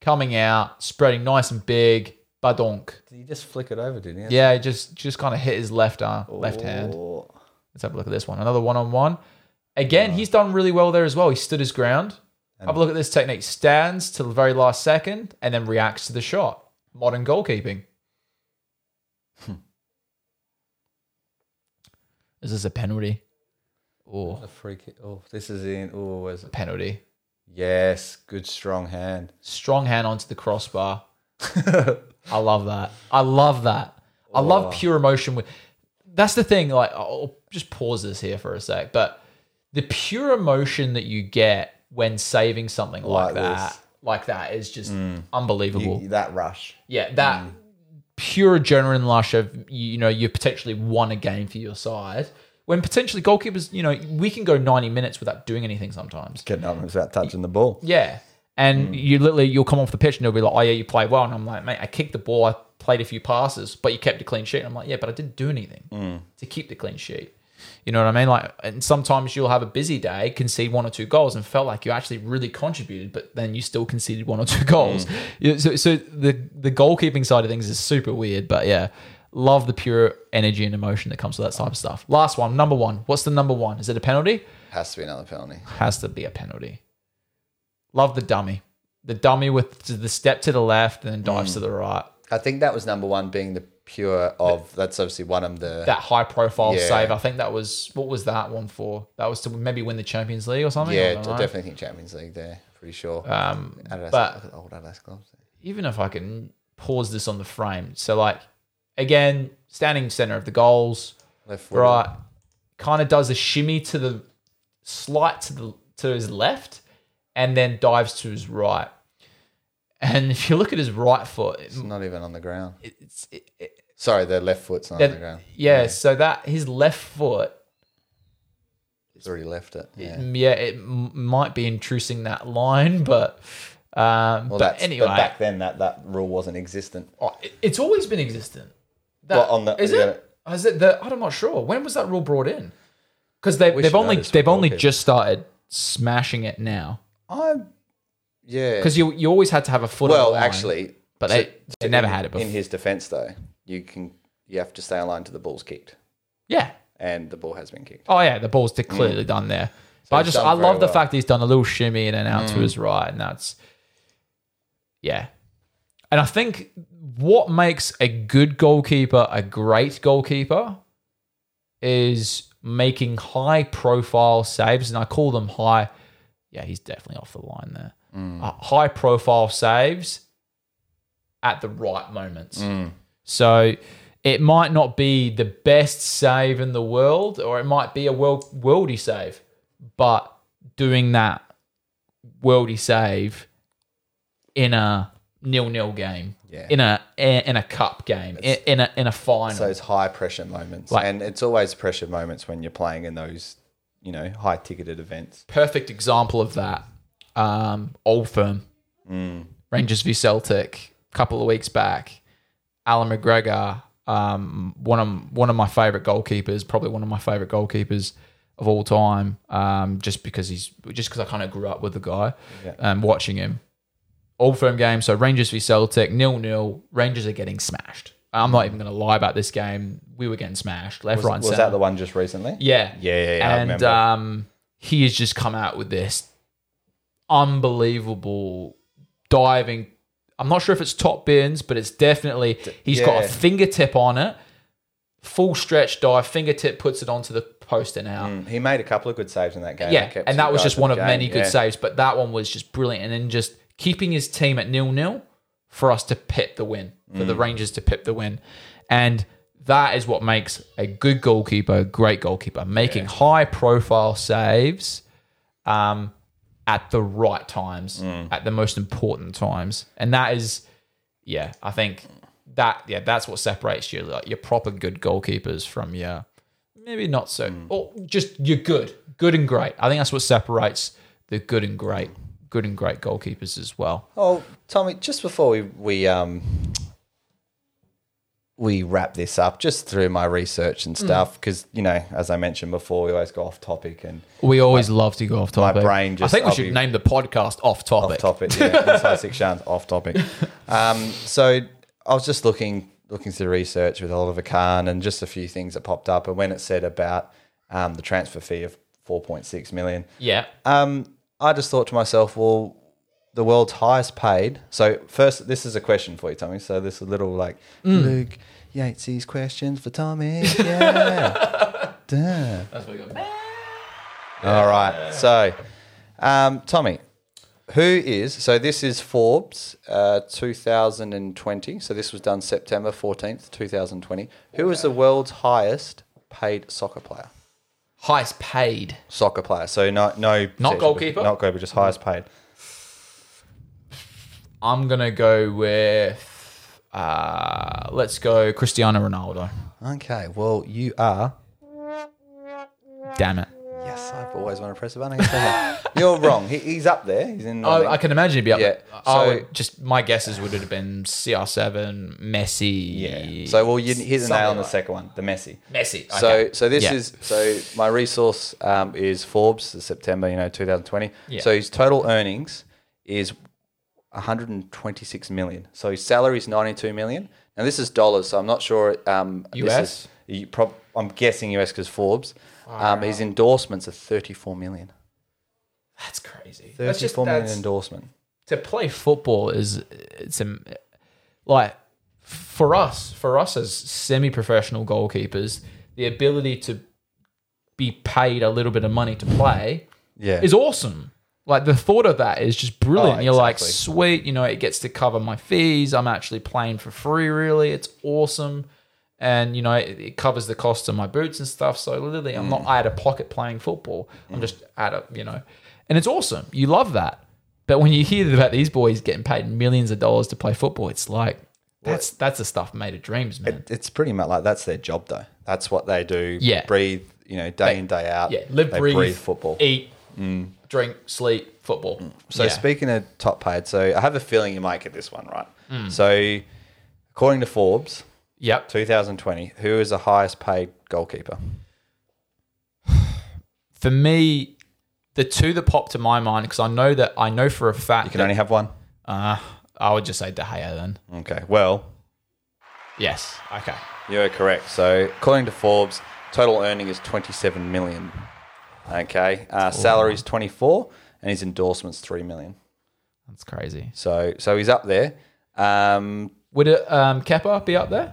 [SPEAKER 2] coming out, spreading nice and big. Badonk.
[SPEAKER 1] Did he just flick it over? Didn't he?
[SPEAKER 2] Yeah, he just just kind of hit his left arm, left hand.
[SPEAKER 1] Oh.
[SPEAKER 2] Let's have a look at this one. Another one on one. Again, he's done really well there as well. He stood his ground. have a look at this technique. Stands to the very last second and then reacts to the shot. Modern goalkeeping.
[SPEAKER 1] Hmm.
[SPEAKER 2] Is this a penalty? Oh,
[SPEAKER 1] A free kick. Oh, this is in. Oh, where's it?
[SPEAKER 2] penalty.
[SPEAKER 1] Yes, good strong hand. <laughs>
[SPEAKER 2] Strong hand onto the crossbar. I love that. I love that. I
[SPEAKER 1] Oh.
[SPEAKER 2] love pure emotion. with- That's the thing. Like, I'll just pause this here for a sec. But the pure emotion that you get when saving something
[SPEAKER 1] Like
[SPEAKER 2] like, that,
[SPEAKER 1] this. Mm.
[SPEAKER 2] like that, is just unbelievable.
[SPEAKER 1] You- mm. that rush.
[SPEAKER 2] yeah, that pure adrenaline rush of you know you potentially won a game for your side. When potentially goalkeepers, you know, we can go ninety minutes without doing anything sometimes.
[SPEAKER 1] Getting up without touching the ball.
[SPEAKER 2] Yeah. And you literally, you'll come off the pitch and they'll be like, oh, yeah, you played well. And I'm like, mate, I kicked the ball. I played a few passes, but you kept a clean sheet. And I'm like, yeah, but I didn't do anything to keep the clean sheet. You know what I mean? Like, and sometimes you'll have a busy day, concede one or two goals, and felt like you actually really contributed, but then you still conceded one or two <laughs> goals. Yeah, So, so the the goalkeeping side of things is super weird, but yeah, love the pure energy and emotion that comes with that type of stuff. Last one, number one. What's the number one? Is it a penalty?
[SPEAKER 1] Has to be another penalty.
[SPEAKER 2] has to be a penalty. Love the dummy. The dummy with the step to the left and then dives
[SPEAKER 1] Mm.
[SPEAKER 2] to the right.
[SPEAKER 1] I think that was number one, being the pure of. That's obviously one of the.
[SPEAKER 2] That high profile
[SPEAKER 1] Yeah.
[SPEAKER 2] save. I think that was what was that one for? That was to maybe win the Champions League or something. I
[SPEAKER 1] yeah, I
[SPEAKER 2] don't know.
[SPEAKER 1] definitely think Champions League there. Pretty sure.
[SPEAKER 2] Um,
[SPEAKER 1] Adidas,
[SPEAKER 2] but-
[SPEAKER 1] look at the old Adidas gloves.
[SPEAKER 2] even if I can pause this on the frame. So like again, standing center of the goals,
[SPEAKER 1] Left foot.
[SPEAKER 2] right, kind of does a shimmy to the slight to the to his left, and then dives to his right. And <laughs> if you look at his right foot, it-
[SPEAKER 1] It's not even on the ground.
[SPEAKER 2] it's it, it,
[SPEAKER 1] Sorry, their left foot's not on the
[SPEAKER 2] That-
[SPEAKER 1] ground.
[SPEAKER 2] yeah, so that his left foot
[SPEAKER 1] It's already left it. Yeah.
[SPEAKER 2] Mm, yeah, it m- might be intruding that line, but
[SPEAKER 1] Well,
[SPEAKER 2] um, but
[SPEAKER 1] that's,
[SPEAKER 2] anyway,
[SPEAKER 1] but back then that, that rule wasn't existent.
[SPEAKER 2] oh, it- it's always been existent. That,
[SPEAKER 1] Well, on the-
[SPEAKER 2] is
[SPEAKER 1] yeah.
[SPEAKER 2] it? Is it the? I'm not sure. When was that rule brought in? Because they, they've
[SPEAKER 1] should know
[SPEAKER 2] only
[SPEAKER 1] this,
[SPEAKER 2] they've
[SPEAKER 1] we're
[SPEAKER 2] only
[SPEAKER 1] all people.
[SPEAKER 2] just started smashing it now.
[SPEAKER 1] I, yeah.
[SPEAKER 2] Because you you always had to have a foot. on the
[SPEAKER 1] well,
[SPEAKER 2] line,
[SPEAKER 1] actually,
[SPEAKER 2] but they,
[SPEAKER 1] to-
[SPEAKER 2] they never had
[SPEAKER 1] in
[SPEAKER 2] it before.
[SPEAKER 1] his defense though, you can you have to stay aligned to the ball's kicked,
[SPEAKER 2] yeah.
[SPEAKER 1] and the ball has been kicked.
[SPEAKER 2] Oh yeah, the ball's de- clearly done there. but I
[SPEAKER 1] he's
[SPEAKER 2] just
[SPEAKER 1] done
[SPEAKER 2] I
[SPEAKER 1] very
[SPEAKER 2] love the
[SPEAKER 1] well. Mm.
[SPEAKER 2] fact he's done a little shimmy and then out to his right, and that's yeah. And I think what makes a good goalkeeper a great goalkeeper is making high profile saves, and I call them high. Yeah, he's definitely off the line there.
[SPEAKER 1] Mm.
[SPEAKER 2] Uh, high profile saves at the right moments. So it might not be the best save in the world, or it might be a world worldy save, but doing that worldy save in a nil nil game,
[SPEAKER 1] Yeah.
[SPEAKER 2] in a in a cup game, in, in a in a final.
[SPEAKER 1] It's those high pressure moments,
[SPEAKER 2] Like-
[SPEAKER 1] and it's always pressure moments when you're playing in those, you know, high ticketed events.
[SPEAKER 2] perfect example of that. Um, old firm,
[SPEAKER 1] Mm.
[SPEAKER 2] Rangers v Celtic, a couple of weeks back. Alan McGregor, um, one of one of my favorite goalkeepers, probably one of my favorite goalkeepers of all time. Um, just because he's just because I kind of grew up with the guy, um, watching him. Old firm game, so Rangers v Celtic, nil nil. Rangers are getting smashed. I'm not even going to lie about this game. We were getting smashed left, right, and
[SPEAKER 1] Was
[SPEAKER 2] centre.
[SPEAKER 1] that the one just recently?
[SPEAKER 2] Yeah.
[SPEAKER 1] Yeah, yeah, yeah, I
[SPEAKER 2] and
[SPEAKER 1] remember.
[SPEAKER 2] um, he has just come out with this unbelievable diving. I'm not sure if it's top bins, but it's definitely he's got
[SPEAKER 1] yeah.
[SPEAKER 2] a fingertip on it, full stretch dive, fingertip puts it onto the post and out.
[SPEAKER 1] He made a couple of good saves in that game.
[SPEAKER 2] Yeah,
[SPEAKER 1] kept
[SPEAKER 2] and
[SPEAKER 1] you
[SPEAKER 2] that was
[SPEAKER 1] guys
[SPEAKER 2] just
[SPEAKER 1] in
[SPEAKER 2] one
[SPEAKER 1] the
[SPEAKER 2] of
[SPEAKER 1] game.
[SPEAKER 2] many good
[SPEAKER 1] Yeah.
[SPEAKER 2] saves, but that one was just brilliant. And then just keeping his team at nil nil for us to pip the win, for
[SPEAKER 1] Mm.
[SPEAKER 2] the Rangers to pip the win, and that is what makes a good goalkeeper a great goalkeeper, making high profile saves, um, at the right times,
[SPEAKER 1] Mm.
[SPEAKER 2] at the most important times, and that is, yeah, I think that yeah, that's what separates you like your proper good goalkeepers from your maybe not so
[SPEAKER 1] Hmm.
[SPEAKER 2] or just you're good good and great i think that's what separates the good and great good and great goalkeepers as well
[SPEAKER 1] Oh, Tommy, just before we we um we wrap this up, just through my research and stuff, because you know, as I mentioned before, we always go off topic and
[SPEAKER 2] we always love to go off topic
[SPEAKER 1] brain just-
[SPEAKER 2] i think we
[SPEAKER 1] I'll
[SPEAKER 2] should
[SPEAKER 1] be-
[SPEAKER 2] name the podcast off topic,
[SPEAKER 1] off topic. Yeah, inside six yards, off topic. Um, so I was just looking looking through research with Oliver Kahn and just a few things that popped up, and when it said about um, the transfer fee of four point six million,
[SPEAKER 2] yeah
[SPEAKER 1] um, I just thought to myself, well, the world's highest paid. So first, this is a question for you, Tommy. So this is a little like Luke Yates's questions for Tommy. Yeah. Duh.
[SPEAKER 2] that's what we got
[SPEAKER 1] All right. So, um, Tommy, who is so? This is Forbes, uh, 2020. So this was done September 14th, 2020. Who is the world's highest paid soccer player?
[SPEAKER 2] highest paid
[SPEAKER 1] Soccer player. So not no
[SPEAKER 2] Not goalkeeper?
[SPEAKER 1] Not goalkeeper. Just highest paid.
[SPEAKER 2] i'm gonna go with uh let's go cristiano ronaldo
[SPEAKER 1] Okay. Well, you are.
[SPEAKER 2] damn it
[SPEAKER 1] Yes, I've always wanted to press the button. I can say that. <laughs> You're wrong. He, he's up there. He's in.
[SPEAKER 2] Oh, I, I can imagine it'd be up
[SPEAKER 1] Yeah,
[SPEAKER 2] there. I
[SPEAKER 1] so-
[SPEAKER 2] would- just my guesses would have been CR7, Messi.
[SPEAKER 1] yeah. So well, you hit the
[SPEAKER 2] something
[SPEAKER 1] nail on the
[SPEAKER 2] like-
[SPEAKER 1] second one. The Messi.
[SPEAKER 2] Messi.
[SPEAKER 1] So,
[SPEAKER 2] okay.
[SPEAKER 1] so this
[SPEAKER 2] Yeah.
[SPEAKER 1] is so my resource um, is Forbes, the September, you know, 2020.
[SPEAKER 2] Yeah.
[SPEAKER 1] So his total earnings is 126 million. So his salary is 92 million. Now this is dollars, so I'm not sure. Um, this
[SPEAKER 2] US?
[SPEAKER 1] is- you prob- I'm guessing US because Forbes. Um, his endorsements are 34 million.
[SPEAKER 2] that's crazy. That's just
[SPEAKER 1] 34 million
[SPEAKER 2] that's-
[SPEAKER 1] endorsement.
[SPEAKER 2] to play football is it's a, like for us for us as semi-professional goalkeepers, the ability to be paid a little bit of money to play
[SPEAKER 1] Yeah.
[SPEAKER 2] is awesome. Like the thought of that is just brilliant.
[SPEAKER 1] Oh,
[SPEAKER 2] You're like,
[SPEAKER 1] exactly.
[SPEAKER 2] sweet, you know, it gets to cover my fees. I'm actually playing for free, really. It's awesome. And, you know, it, it covers the cost of my boots and stuff. So literally, I'm not out of pocket playing football.
[SPEAKER 1] Mm.
[SPEAKER 2] I'm just out of, you know, and it's awesome. You love that. But when you hear about these boys getting paid millions of dollars to play football, it's like, that's that's the stuff made of dreams, man.
[SPEAKER 1] It's pretty much like that's their job, though. That's what they do.
[SPEAKER 2] Yeah.
[SPEAKER 1] Breathe you know, day in day out.
[SPEAKER 2] Yeah, live,
[SPEAKER 1] they
[SPEAKER 2] breathe,
[SPEAKER 1] football. Mm.
[SPEAKER 2] eat, drink, sleep, football.
[SPEAKER 1] So
[SPEAKER 2] Yeah.
[SPEAKER 1] speaking of top paid, so I have a feeling you might get this one right.
[SPEAKER 2] Hmm.
[SPEAKER 1] So according to Forbes,
[SPEAKER 2] Yep.
[SPEAKER 1] 2020, who is the highest paid goalkeeper?
[SPEAKER 2] For me, the two that pop to my mind because I know that I know for a fact
[SPEAKER 1] You can
[SPEAKER 2] that,
[SPEAKER 1] only have one.
[SPEAKER 2] uh, I would just say De Gea then.
[SPEAKER 1] Okay. Well,
[SPEAKER 2] Yes. Okay.
[SPEAKER 1] You're correct. So, according to Forbes, total earning is 27 million. Okay, uh, salary is 24, and his endorsements 3 million.
[SPEAKER 2] That's crazy.
[SPEAKER 1] So, so he's up there. Um,
[SPEAKER 2] Would it, um, Kepa be up there?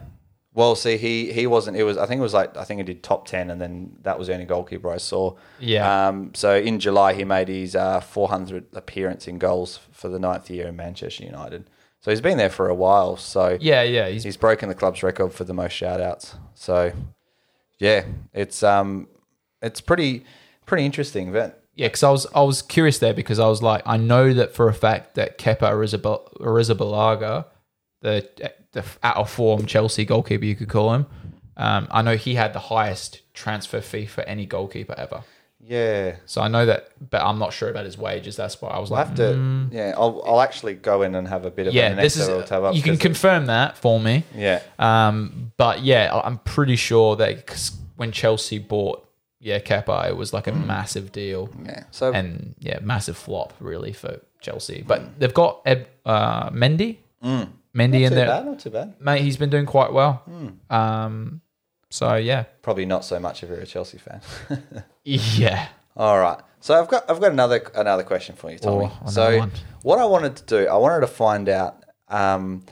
[SPEAKER 1] well, see, he he wasn't. It was. I think it was like I think he did top 10, and then that was the only goalkeeper I saw.
[SPEAKER 2] Yeah.
[SPEAKER 1] Um, so in July, he made his uh, 400 appearance in goals for the ninth year in Manchester United. So he's been there for a while. So
[SPEAKER 2] Yeah, yeah. He's,
[SPEAKER 1] he's broken the club's record for the most shout-outs. So yeah, it's um it's pretty pretty interesting but
[SPEAKER 2] yeah, because I was I was curious there because I was like, I know that for a fact that Kepa Arrizabal- Arrizabalaga, the the out of form Chelsea goalkeeper, you could call him. Um, I know he had the highest transfer fee for any goalkeeper ever.
[SPEAKER 1] Yeah.
[SPEAKER 2] So I know that, but I'm not sure about his wages. That's why I was
[SPEAKER 1] I
[SPEAKER 2] like,
[SPEAKER 1] have to yeah, I'll, I'll actually go in and have a bit of
[SPEAKER 2] Mm. yeah,
[SPEAKER 1] an
[SPEAKER 2] this is.
[SPEAKER 1] extra tab up
[SPEAKER 2] You can
[SPEAKER 1] 'cause-
[SPEAKER 2] confirm that for me.
[SPEAKER 1] Yeah.
[SPEAKER 2] Um, but yeah, I- I'm pretty sure that 'cause when Chelsea bought yeah Kepa, it was like
[SPEAKER 1] Mm.
[SPEAKER 2] a massive deal.
[SPEAKER 1] Yeah. So
[SPEAKER 2] and yeah, massive flop really for Chelsea. But they've got Ed, uh, Mendy, Mendy
[SPEAKER 1] Mm. not too
[SPEAKER 2] in there,
[SPEAKER 1] bad, Mm. not too bad.
[SPEAKER 2] mate. He's been doing quite well. Um, so yeah, <laughs>
[SPEAKER 1] Probably not so much if you're a Chelsea fan. <laughs>
[SPEAKER 2] yeah,
[SPEAKER 1] All right. So I've got I've got another another question for you, Tommy.
[SPEAKER 2] Oh, another
[SPEAKER 1] so
[SPEAKER 2] one.
[SPEAKER 1] what I wanted to do, I wanted to find out um,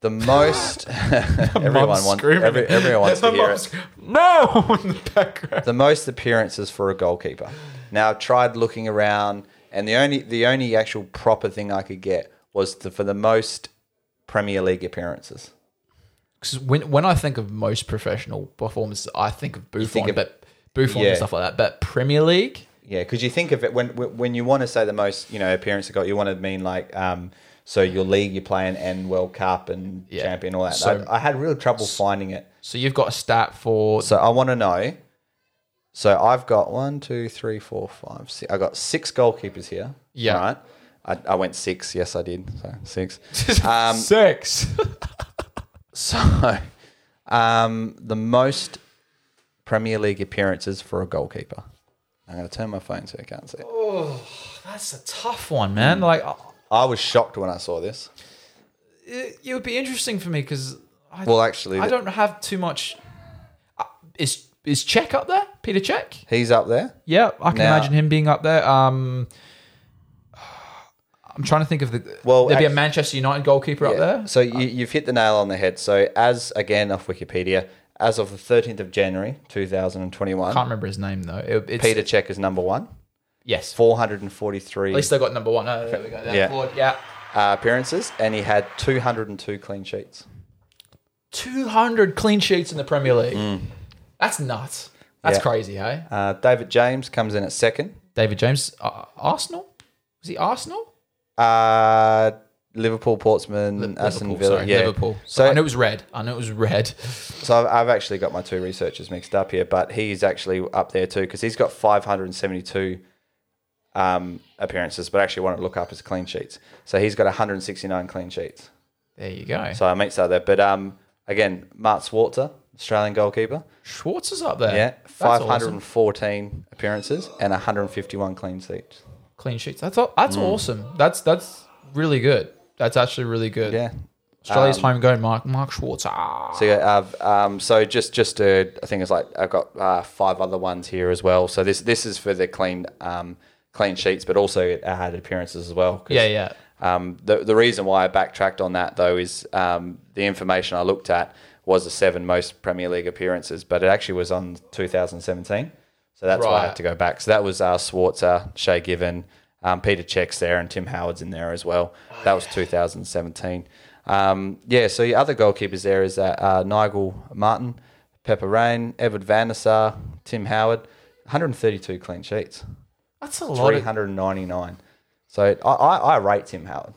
[SPEAKER 1] the
[SPEAKER 2] <laughs>
[SPEAKER 1] most <laughs> everyone
[SPEAKER 2] Mum's
[SPEAKER 1] wants
[SPEAKER 2] screaming.
[SPEAKER 1] every, everyone wants to
[SPEAKER 2] <laughs> The
[SPEAKER 1] hear it.
[SPEAKER 2] mum's sc- No, <laughs> in the background.
[SPEAKER 1] the most appearances for a goalkeeper. Now I've tried looking around, and the only the only actual proper thing I could get was the, for the most Premier League appearances.
[SPEAKER 2] 'Cause when when I think of most professional performances, I think of Buffon,
[SPEAKER 1] think of-
[SPEAKER 2] but Buffon
[SPEAKER 1] Yeah.
[SPEAKER 2] and stuff like that. But Premier League,
[SPEAKER 1] Yeah, because you think of it when when you want to say the most you know appearance you got, you want to mean like um, so your league you're playing and World Cup and
[SPEAKER 2] Yeah.
[SPEAKER 1] champion all that.
[SPEAKER 2] So-
[SPEAKER 1] I, I had real trouble finding it.
[SPEAKER 2] so you've got a stat for
[SPEAKER 1] So I want to know. So I've got one, two, three, four, five, six. I got six goalkeepers here.
[SPEAKER 2] Yeah.
[SPEAKER 1] Right. I, I went six. Yes, I did. So
[SPEAKER 2] <laughs>
[SPEAKER 1] six. Uh,
[SPEAKER 2] um, six.
[SPEAKER 1] So, um, the most Premier League appearances for a goalkeeper. I'm going to turn my phone so I can't see. it.
[SPEAKER 2] That's a tough one, man. Like
[SPEAKER 1] I was shocked when I saw this.
[SPEAKER 2] it, it would be interesting for me because I
[SPEAKER 1] Well, actually,
[SPEAKER 2] I don't have too much. Uh, Is is Czech up there? Peter Czech?
[SPEAKER 1] he's up there.
[SPEAKER 2] Yeah, I can
[SPEAKER 1] Now-
[SPEAKER 2] imagine him being up there. Um, I'm trying to think of the.
[SPEAKER 1] Well,
[SPEAKER 2] there'd be
[SPEAKER 1] act-
[SPEAKER 2] a Manchester United goalkeeper up there.
[SPEAKER 1] So you, you've hit the nail on the head. So as again off Wikipedia, as of the 13th of January 2021,
[SPEAKER 2] Can't remember his name though. It, it's,
[SPEAKER 1] Peter Cech is number one.
[SPEAKER 2] Yes.
[SPEAKER 1] 443
[SPEAKER 2] At least they got number one. Oh, there we go. There,
[SPEAKER 1] Yeah.
[SPEAKER 2] forward, yeah.
[SPEAKER 1] uh, appearances, and he had 202 clean sheets.
[SPEAKER 2] 200 clean sheets in the Premier League. That's nuts. That's
[SPEAKER 1] Mm. Yeah.
[SPEAKER 2] crazy, hey?
[SPEAKER 1] Uh, David James comes in at second.
[SPEAKER 2] David James, uh, Arsenal? Was he Arsenal?
[SPEAKER 1] Uh, Liverpool, Portsmouth, Aston
[SPEAKER 2] Liverpool,
[SPEAKER 1] Villa.
[SPEAKER 2] sorry.
[SPEAKER 1] yeah.
[SPEAKER 2] Liverpool. So, I
[SPEAKER 1] So,
[SPEAKER 2] know it was red. I know it was red. <laughs>
[SPEAKER 1] so I've, I've actually got my two researchers mixed up here, but he's actually up there too because he's got 572 um, appearances, but actually want to look up his clean sheets. So he's got 169 clean sheets.
[SPEAKER 2] There you go.
[SPEAKER 1] So I mixed up there. But um, again, Mart Swartzer, Australian goalkeeper.
[SPEAKER 2] Schwartz is up there.
[SPEAKER 1] Yeah,
[SPEAKER 2] That's awesome.
[SPEAKER 1] 514 appearances and 151 clean sheets.
[SPEAKER 2] clean sheets. That's aw-
[SPEAKER 1] Mm.
[SPEAKER 2] that's awesome. That's that's really good. That's actually really good.
[SPEAKER 1] Yeah. Um,
[SPEAKER 2] Australia's homegrown Mark Mark Schwartz. Ah.
[SPEAKER 1] So yeah, I've, um, so just just uh, I think it's like I've got uh, five other ones here as well. So this this is for the clean um, clean sheets, but also it had appearances as well. 'cause,
[SPEAKER 2] Yeah, yeah.
[SPEAKER 1] Um, the the reason why I backtracked on that though is um, the information I looked at was the seven most Premier League appearances, but it actually was on 2017. So that's why I
[SPEAKER 2] Right.
[SPEAKER 1] had to go back. So that was uh, Swartzer, Shea Given, um, Peter Check's there, and Tim Howard's in there as well.
[SPEAKER 2] Oh,
[SPEAKER 1] that was 2017. Um, yeah, so your other goalkeepers there is uh, uh, Nigel Martin, Pepper Rain, Edward Van Vanessar, Tim Howard, 132 clean sheets,
[SPEAKER 2] That's a lot. Of,
[SPEAKER 1] 399. So I, I, I rate Tim Howard.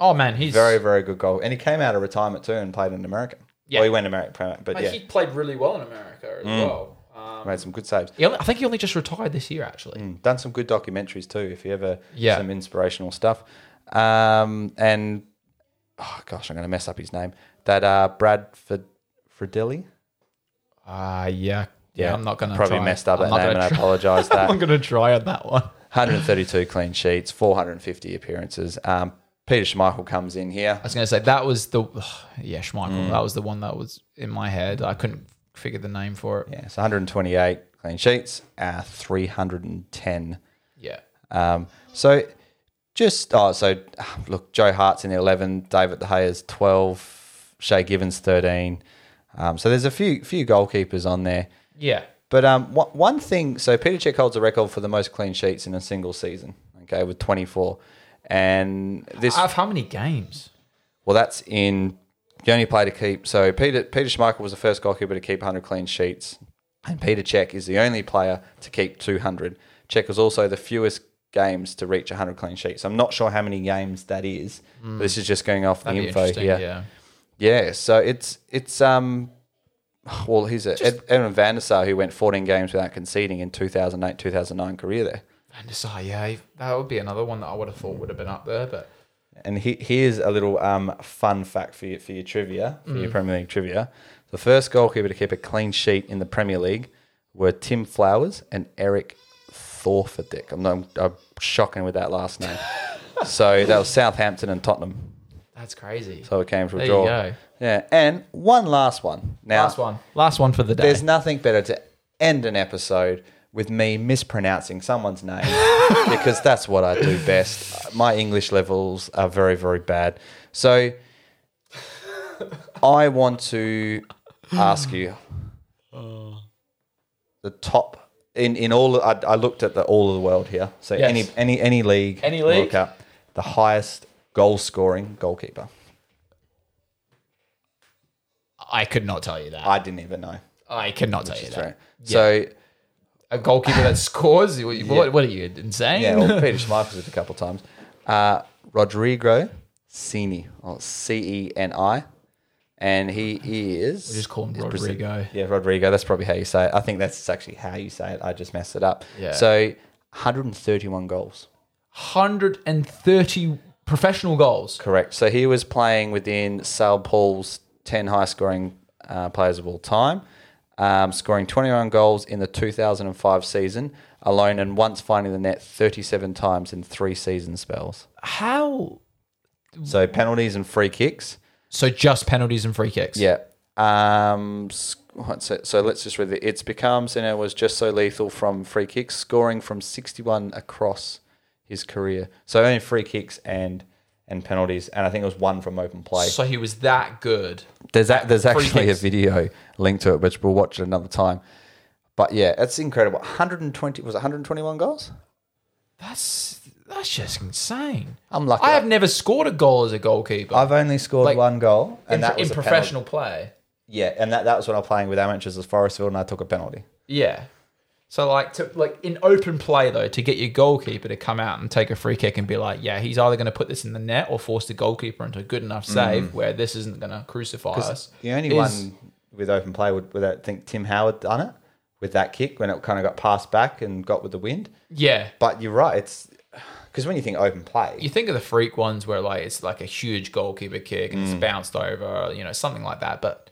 [SPEAKER 2] oh man, he's
[SPEAKER 1] Very, very good goal. And he came out of retirement too and played in America.
[SPEAKER 2] Yeah.
[SPEAKER 1] Well, he went American, but
[SPEAKER 2] Like,
[SPEAKER 1] yeah. Mm.
[SPEAKER 2] He played really well in America as well. Um,
[SPEAKER 1] Made some good saves.
[SPEAKER 2] He only, I think he only just retired this year, actually.
[SPEAKER 1] Mm, Done some good documentaries too, if you ever
[SPEAKER 2] Yeah.
[SPEAKER 1] some inspirational stuff. Um, and oh gosh, I'm going to mess up his name. That uh, Brad Fid- Fridelli.
[SPEAKER 2] Ah, yeah. yeah. I'm not going to
[SPEAKER 1] probably
[SPEAKER 2] try.
[SPEAKER 1] messed up
[SPEAKER 2] I'm
[SPEAKER 1] that
[SPEAKER 2] not
[SPEAKER 1] name, and
[SPEAKER 2] gonna
[SPEAKER 1] I
[SPEAKER 2] try-
[SPEAKER 1] apologise. That
[SPEAKER 2] <laughs> I'm going to try on that one.
[SPEAKER 1] 132 clean sheets, 450 appearances. Um, Peter Schmeichel comes in here.
[SPEAKER 2] I was going to say that was the <sighs> yeah Schmeichel. That was the one that was in my head. I couldn't figure the name for it.
[SPEAKER 1] Yeah, so 128 clean sheets, uh, 310.
[SPEAKER 2] Yeah.
[SPEAKER 1] Um, so just oh, so <sighs> ah, look, Joe Hart's in the 11, David De Gea's 12, Shea Givens 13. Um, so there's a few few goalkeepers on there.
[SPEAKER 2] Yeah.
[SPEAKER 1] But um, one, one thing, so Peter Cech holds a record for the most clean sheets in a single season, okay, with 24. And this
[SPEAKER 2] Out of how many games?
[SPEAKER 1] Well, that's in you only play to keep. So Peter Peter Schmeichel was the first goalkeeper to keep 100 clean sheets, and Peter Cech is the only player to keep 200. Cech was also the fewest games to reach 100 clean sheets. I'm not sure how many games that is. but This is just going off
[SPEAKER 2] That'd
[SPEAKER 1] the
[SPEAKER 2] be
[SPEAKER 1] info
[SPEAKER 2] interesting.
[SPEAKER 1] here. Yeah.
[SPEAKER 2] yeah.
[SPEAKER 1] so it's it's um. Well, he's a Ed, Edwin van der Sar who went 14 games without conceding in 2008 2009 career there.
[SPEAKER 2] And Desai, yeah, he- that would be another one that I would have thought would have been up there, but
[SPEAKER 1] And he, here's a little um, fun fact for your, for your trivia, for
[SPEAKER 2] Mm.
[SPEAKER 1] your Premier League trivia. The first goalkeeper to keep a clean sheet in the Premier League were Tim Flowers and Eric Thorfordick. I'm, I'm, I'm shocking with that last
[SPEAKER 2] <laughs>
[SPEAKER 1] name. so that was Southampton and Tottenham.
[SPEAKER 2] that's crazy.
[SPEAKER 1] So it came to a
[SPEAKER 2] There you
[SPEAKER 1] draw.
[SPEAKER 2] go.
[SPEAKER 1] Yeah, and one last one. Now,
[SPEAKER 2] last one, last one for the day.
[SPEAKER 1] there's nothing better to end an episode with me mispronouncing someone's
[SPEAKER 2] <laughs>
[SPEAKER 1] name because that's what I do best. My English levels are very, very bad. So I want to ask you the top in, in all I, I looked at the all of the world here. So
[SPEAKER 2] Yes.
[SPEAKER 1] any any any league
[SPEAKER 2] Any league?
[SPEAKER 1] look up the highest goal scoring goalkeeper.
[SPEAKER 2] I could not tell you that. I,
[SPEAKER 1] I didn't even know.
[SPEAKER 2] could not tell you
[SPEAKER 1] That's
[SPEAKER 2] that.
[SPEAKER 1] right. So
[SPEAKER 2] A goalkeeper that scores, what, what, what are you insane?
[SPEAKER 1] Yeah,
[SPEAKER 2] <laughs>
[SPEAKER 1] well, Peter Schmeichel's did a couple of times. Uh, Rodrigo Ceni, or C E N I, and he is.
[SPEAKER 2] just call him
[SPEAKER 1] is Brazil-
[SPEAKER 2] Rodrigo.
[SPEAKER 1] Yeah, Rodrigo. That's probably how you say it. I think that's actually how you say it. I just messed it up.
[SPEAKER 2] Yeah.
[SPEAKER 1] So, 131 goals.
[SPEAKER 2] 130 professional goals.
[SPEAKER 1] Correct. So he was playing within Sal Paul's 10 high scoring uh, players of all time, um, scoring 21 goals in the 2005 season alone, and once finding the net 37 times in three season spells.
[SPEAKER 2] How?
[SPEAKER 1] So penalties and free kicks.
[SPEAKER 2] So just penalties and free kicks.
[SPEAKER 1] Yeah. Um. s- what's it- So let's just read it. It's become Senna was just so lethal from free kicks, scoring from 61 across his career. So only free kicks and and penalties, and I think it was one from open play.
[SPEAKER 2] So he was that good.
[SPEAKER 1] There's a, there's actually a
[SPEAKER 2] kicks.
[SPEAKER 1] video linked to it, which we'll watch at another time. But yeah, it's incredible. 120 was it 121 goals.
[SPEAKER 2] That's that's just insane.
[SPEAKER 1] I'm lucky.
[SPEAKER 2] I have never scored a goal as a goalkeeper
[SPEAKER 1] I've only scored
[SPEAKER 2] Like,
[SPEAKER 1] one goal, and
[SPEAKER 2] in,
[SPEAKER 1] that was
[SPEAKER 2] in
[SPEAKER 1] a penalty.
[SPEAKER 2] professional play.
[SPEAKER 1] Yeah, and that, that was when I was playing with amateurs at Forestville, and I took a penalty.
[SPEAKER 2] Yeah. So like to like in open play though, to get your goalkeeper to come out and take a free kick and be like, yeah, he's either going to put this in the net or force the goalkeeper into a good enough save where this isn't going to crucify us.
[SPEAKER 1] Mm. The only
[SPEAKER 2] is-
[SPEAKER 1] one with open play would, would I think Tim Howard done it with that kick when it kind of got passed back and got with the wind.
[SPEAKER 2] Yeah.
[SPEAKER 1] But you're right, it's because when you think open play,
[SPEAKER 2] You think of the freak ones where like it's like a huge goalkeeper kick and
[SPEAKER 1] Mm.
[SPEAKER 2] it's bounced over, you know, something like that. But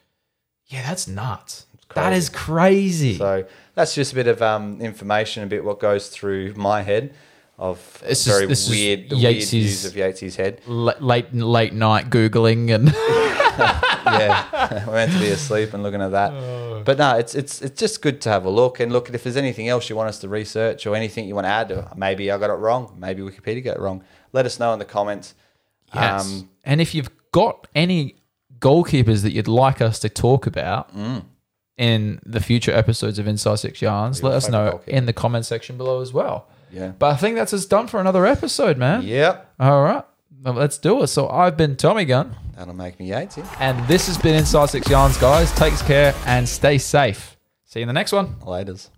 [SPEAKER 2] yeah, that's nuts. That
[SPEAKER 1] crazy.
[SPEAKER 2] is crazy.
[SPEAKER 1] so that's just a bit of um, information, a bit what goes through my head of
[SPEAKER 2] This is-
[SPEAKER 1] very
[SPEAKER 2] this is
[SPEAKER 1] weird, the weird
[SPEAKER 2] Yates's-
[SPEAKER 1] views of Yates's head. <laughs>
[SPEAKER 2] L- late late night googling and <laughs>
[SPEAKER 1] yeah, we're meant to be asleep and looking at that.
[SPEAKER 2] Oh.
[SPEAKER 1] But no, it's it's it's just good to have a look and look. If there's anything else you want us to research or anything you want to add, or maybe I got it wrong, maybe Wikipedia got it wrong. Let us know in the comments. Um,
[SPEAKER 2] Yes. and if you've got any goalkeepers that you'd like us to talk about
[SPEAKER 1] Mm.
[SPEAKER 2] in the future episodes of Inside Six Yarns, let us
[SPEAKER 1] favourite
[SPEAKER 2] know
[SPEAKER 1] goalkeeper.
[SPEAKER 2] in the comment section below as well.
[SPEAKER 1] Yeah.
[SPEAKER 2] But I think that's us done for another episode, man.
[SPEAKER 1] Yep.
[SPEAKER 2] All right. Well, Let's do it. So I've been Tommy Gunn,
[SPEAKER 1] That'll make me Yatesy.
[SPEAKER 2] and this has been Inside Six Yarns, guys. Takes care and stay safe. See you in the next one.
[SPEAKER 1] Laters.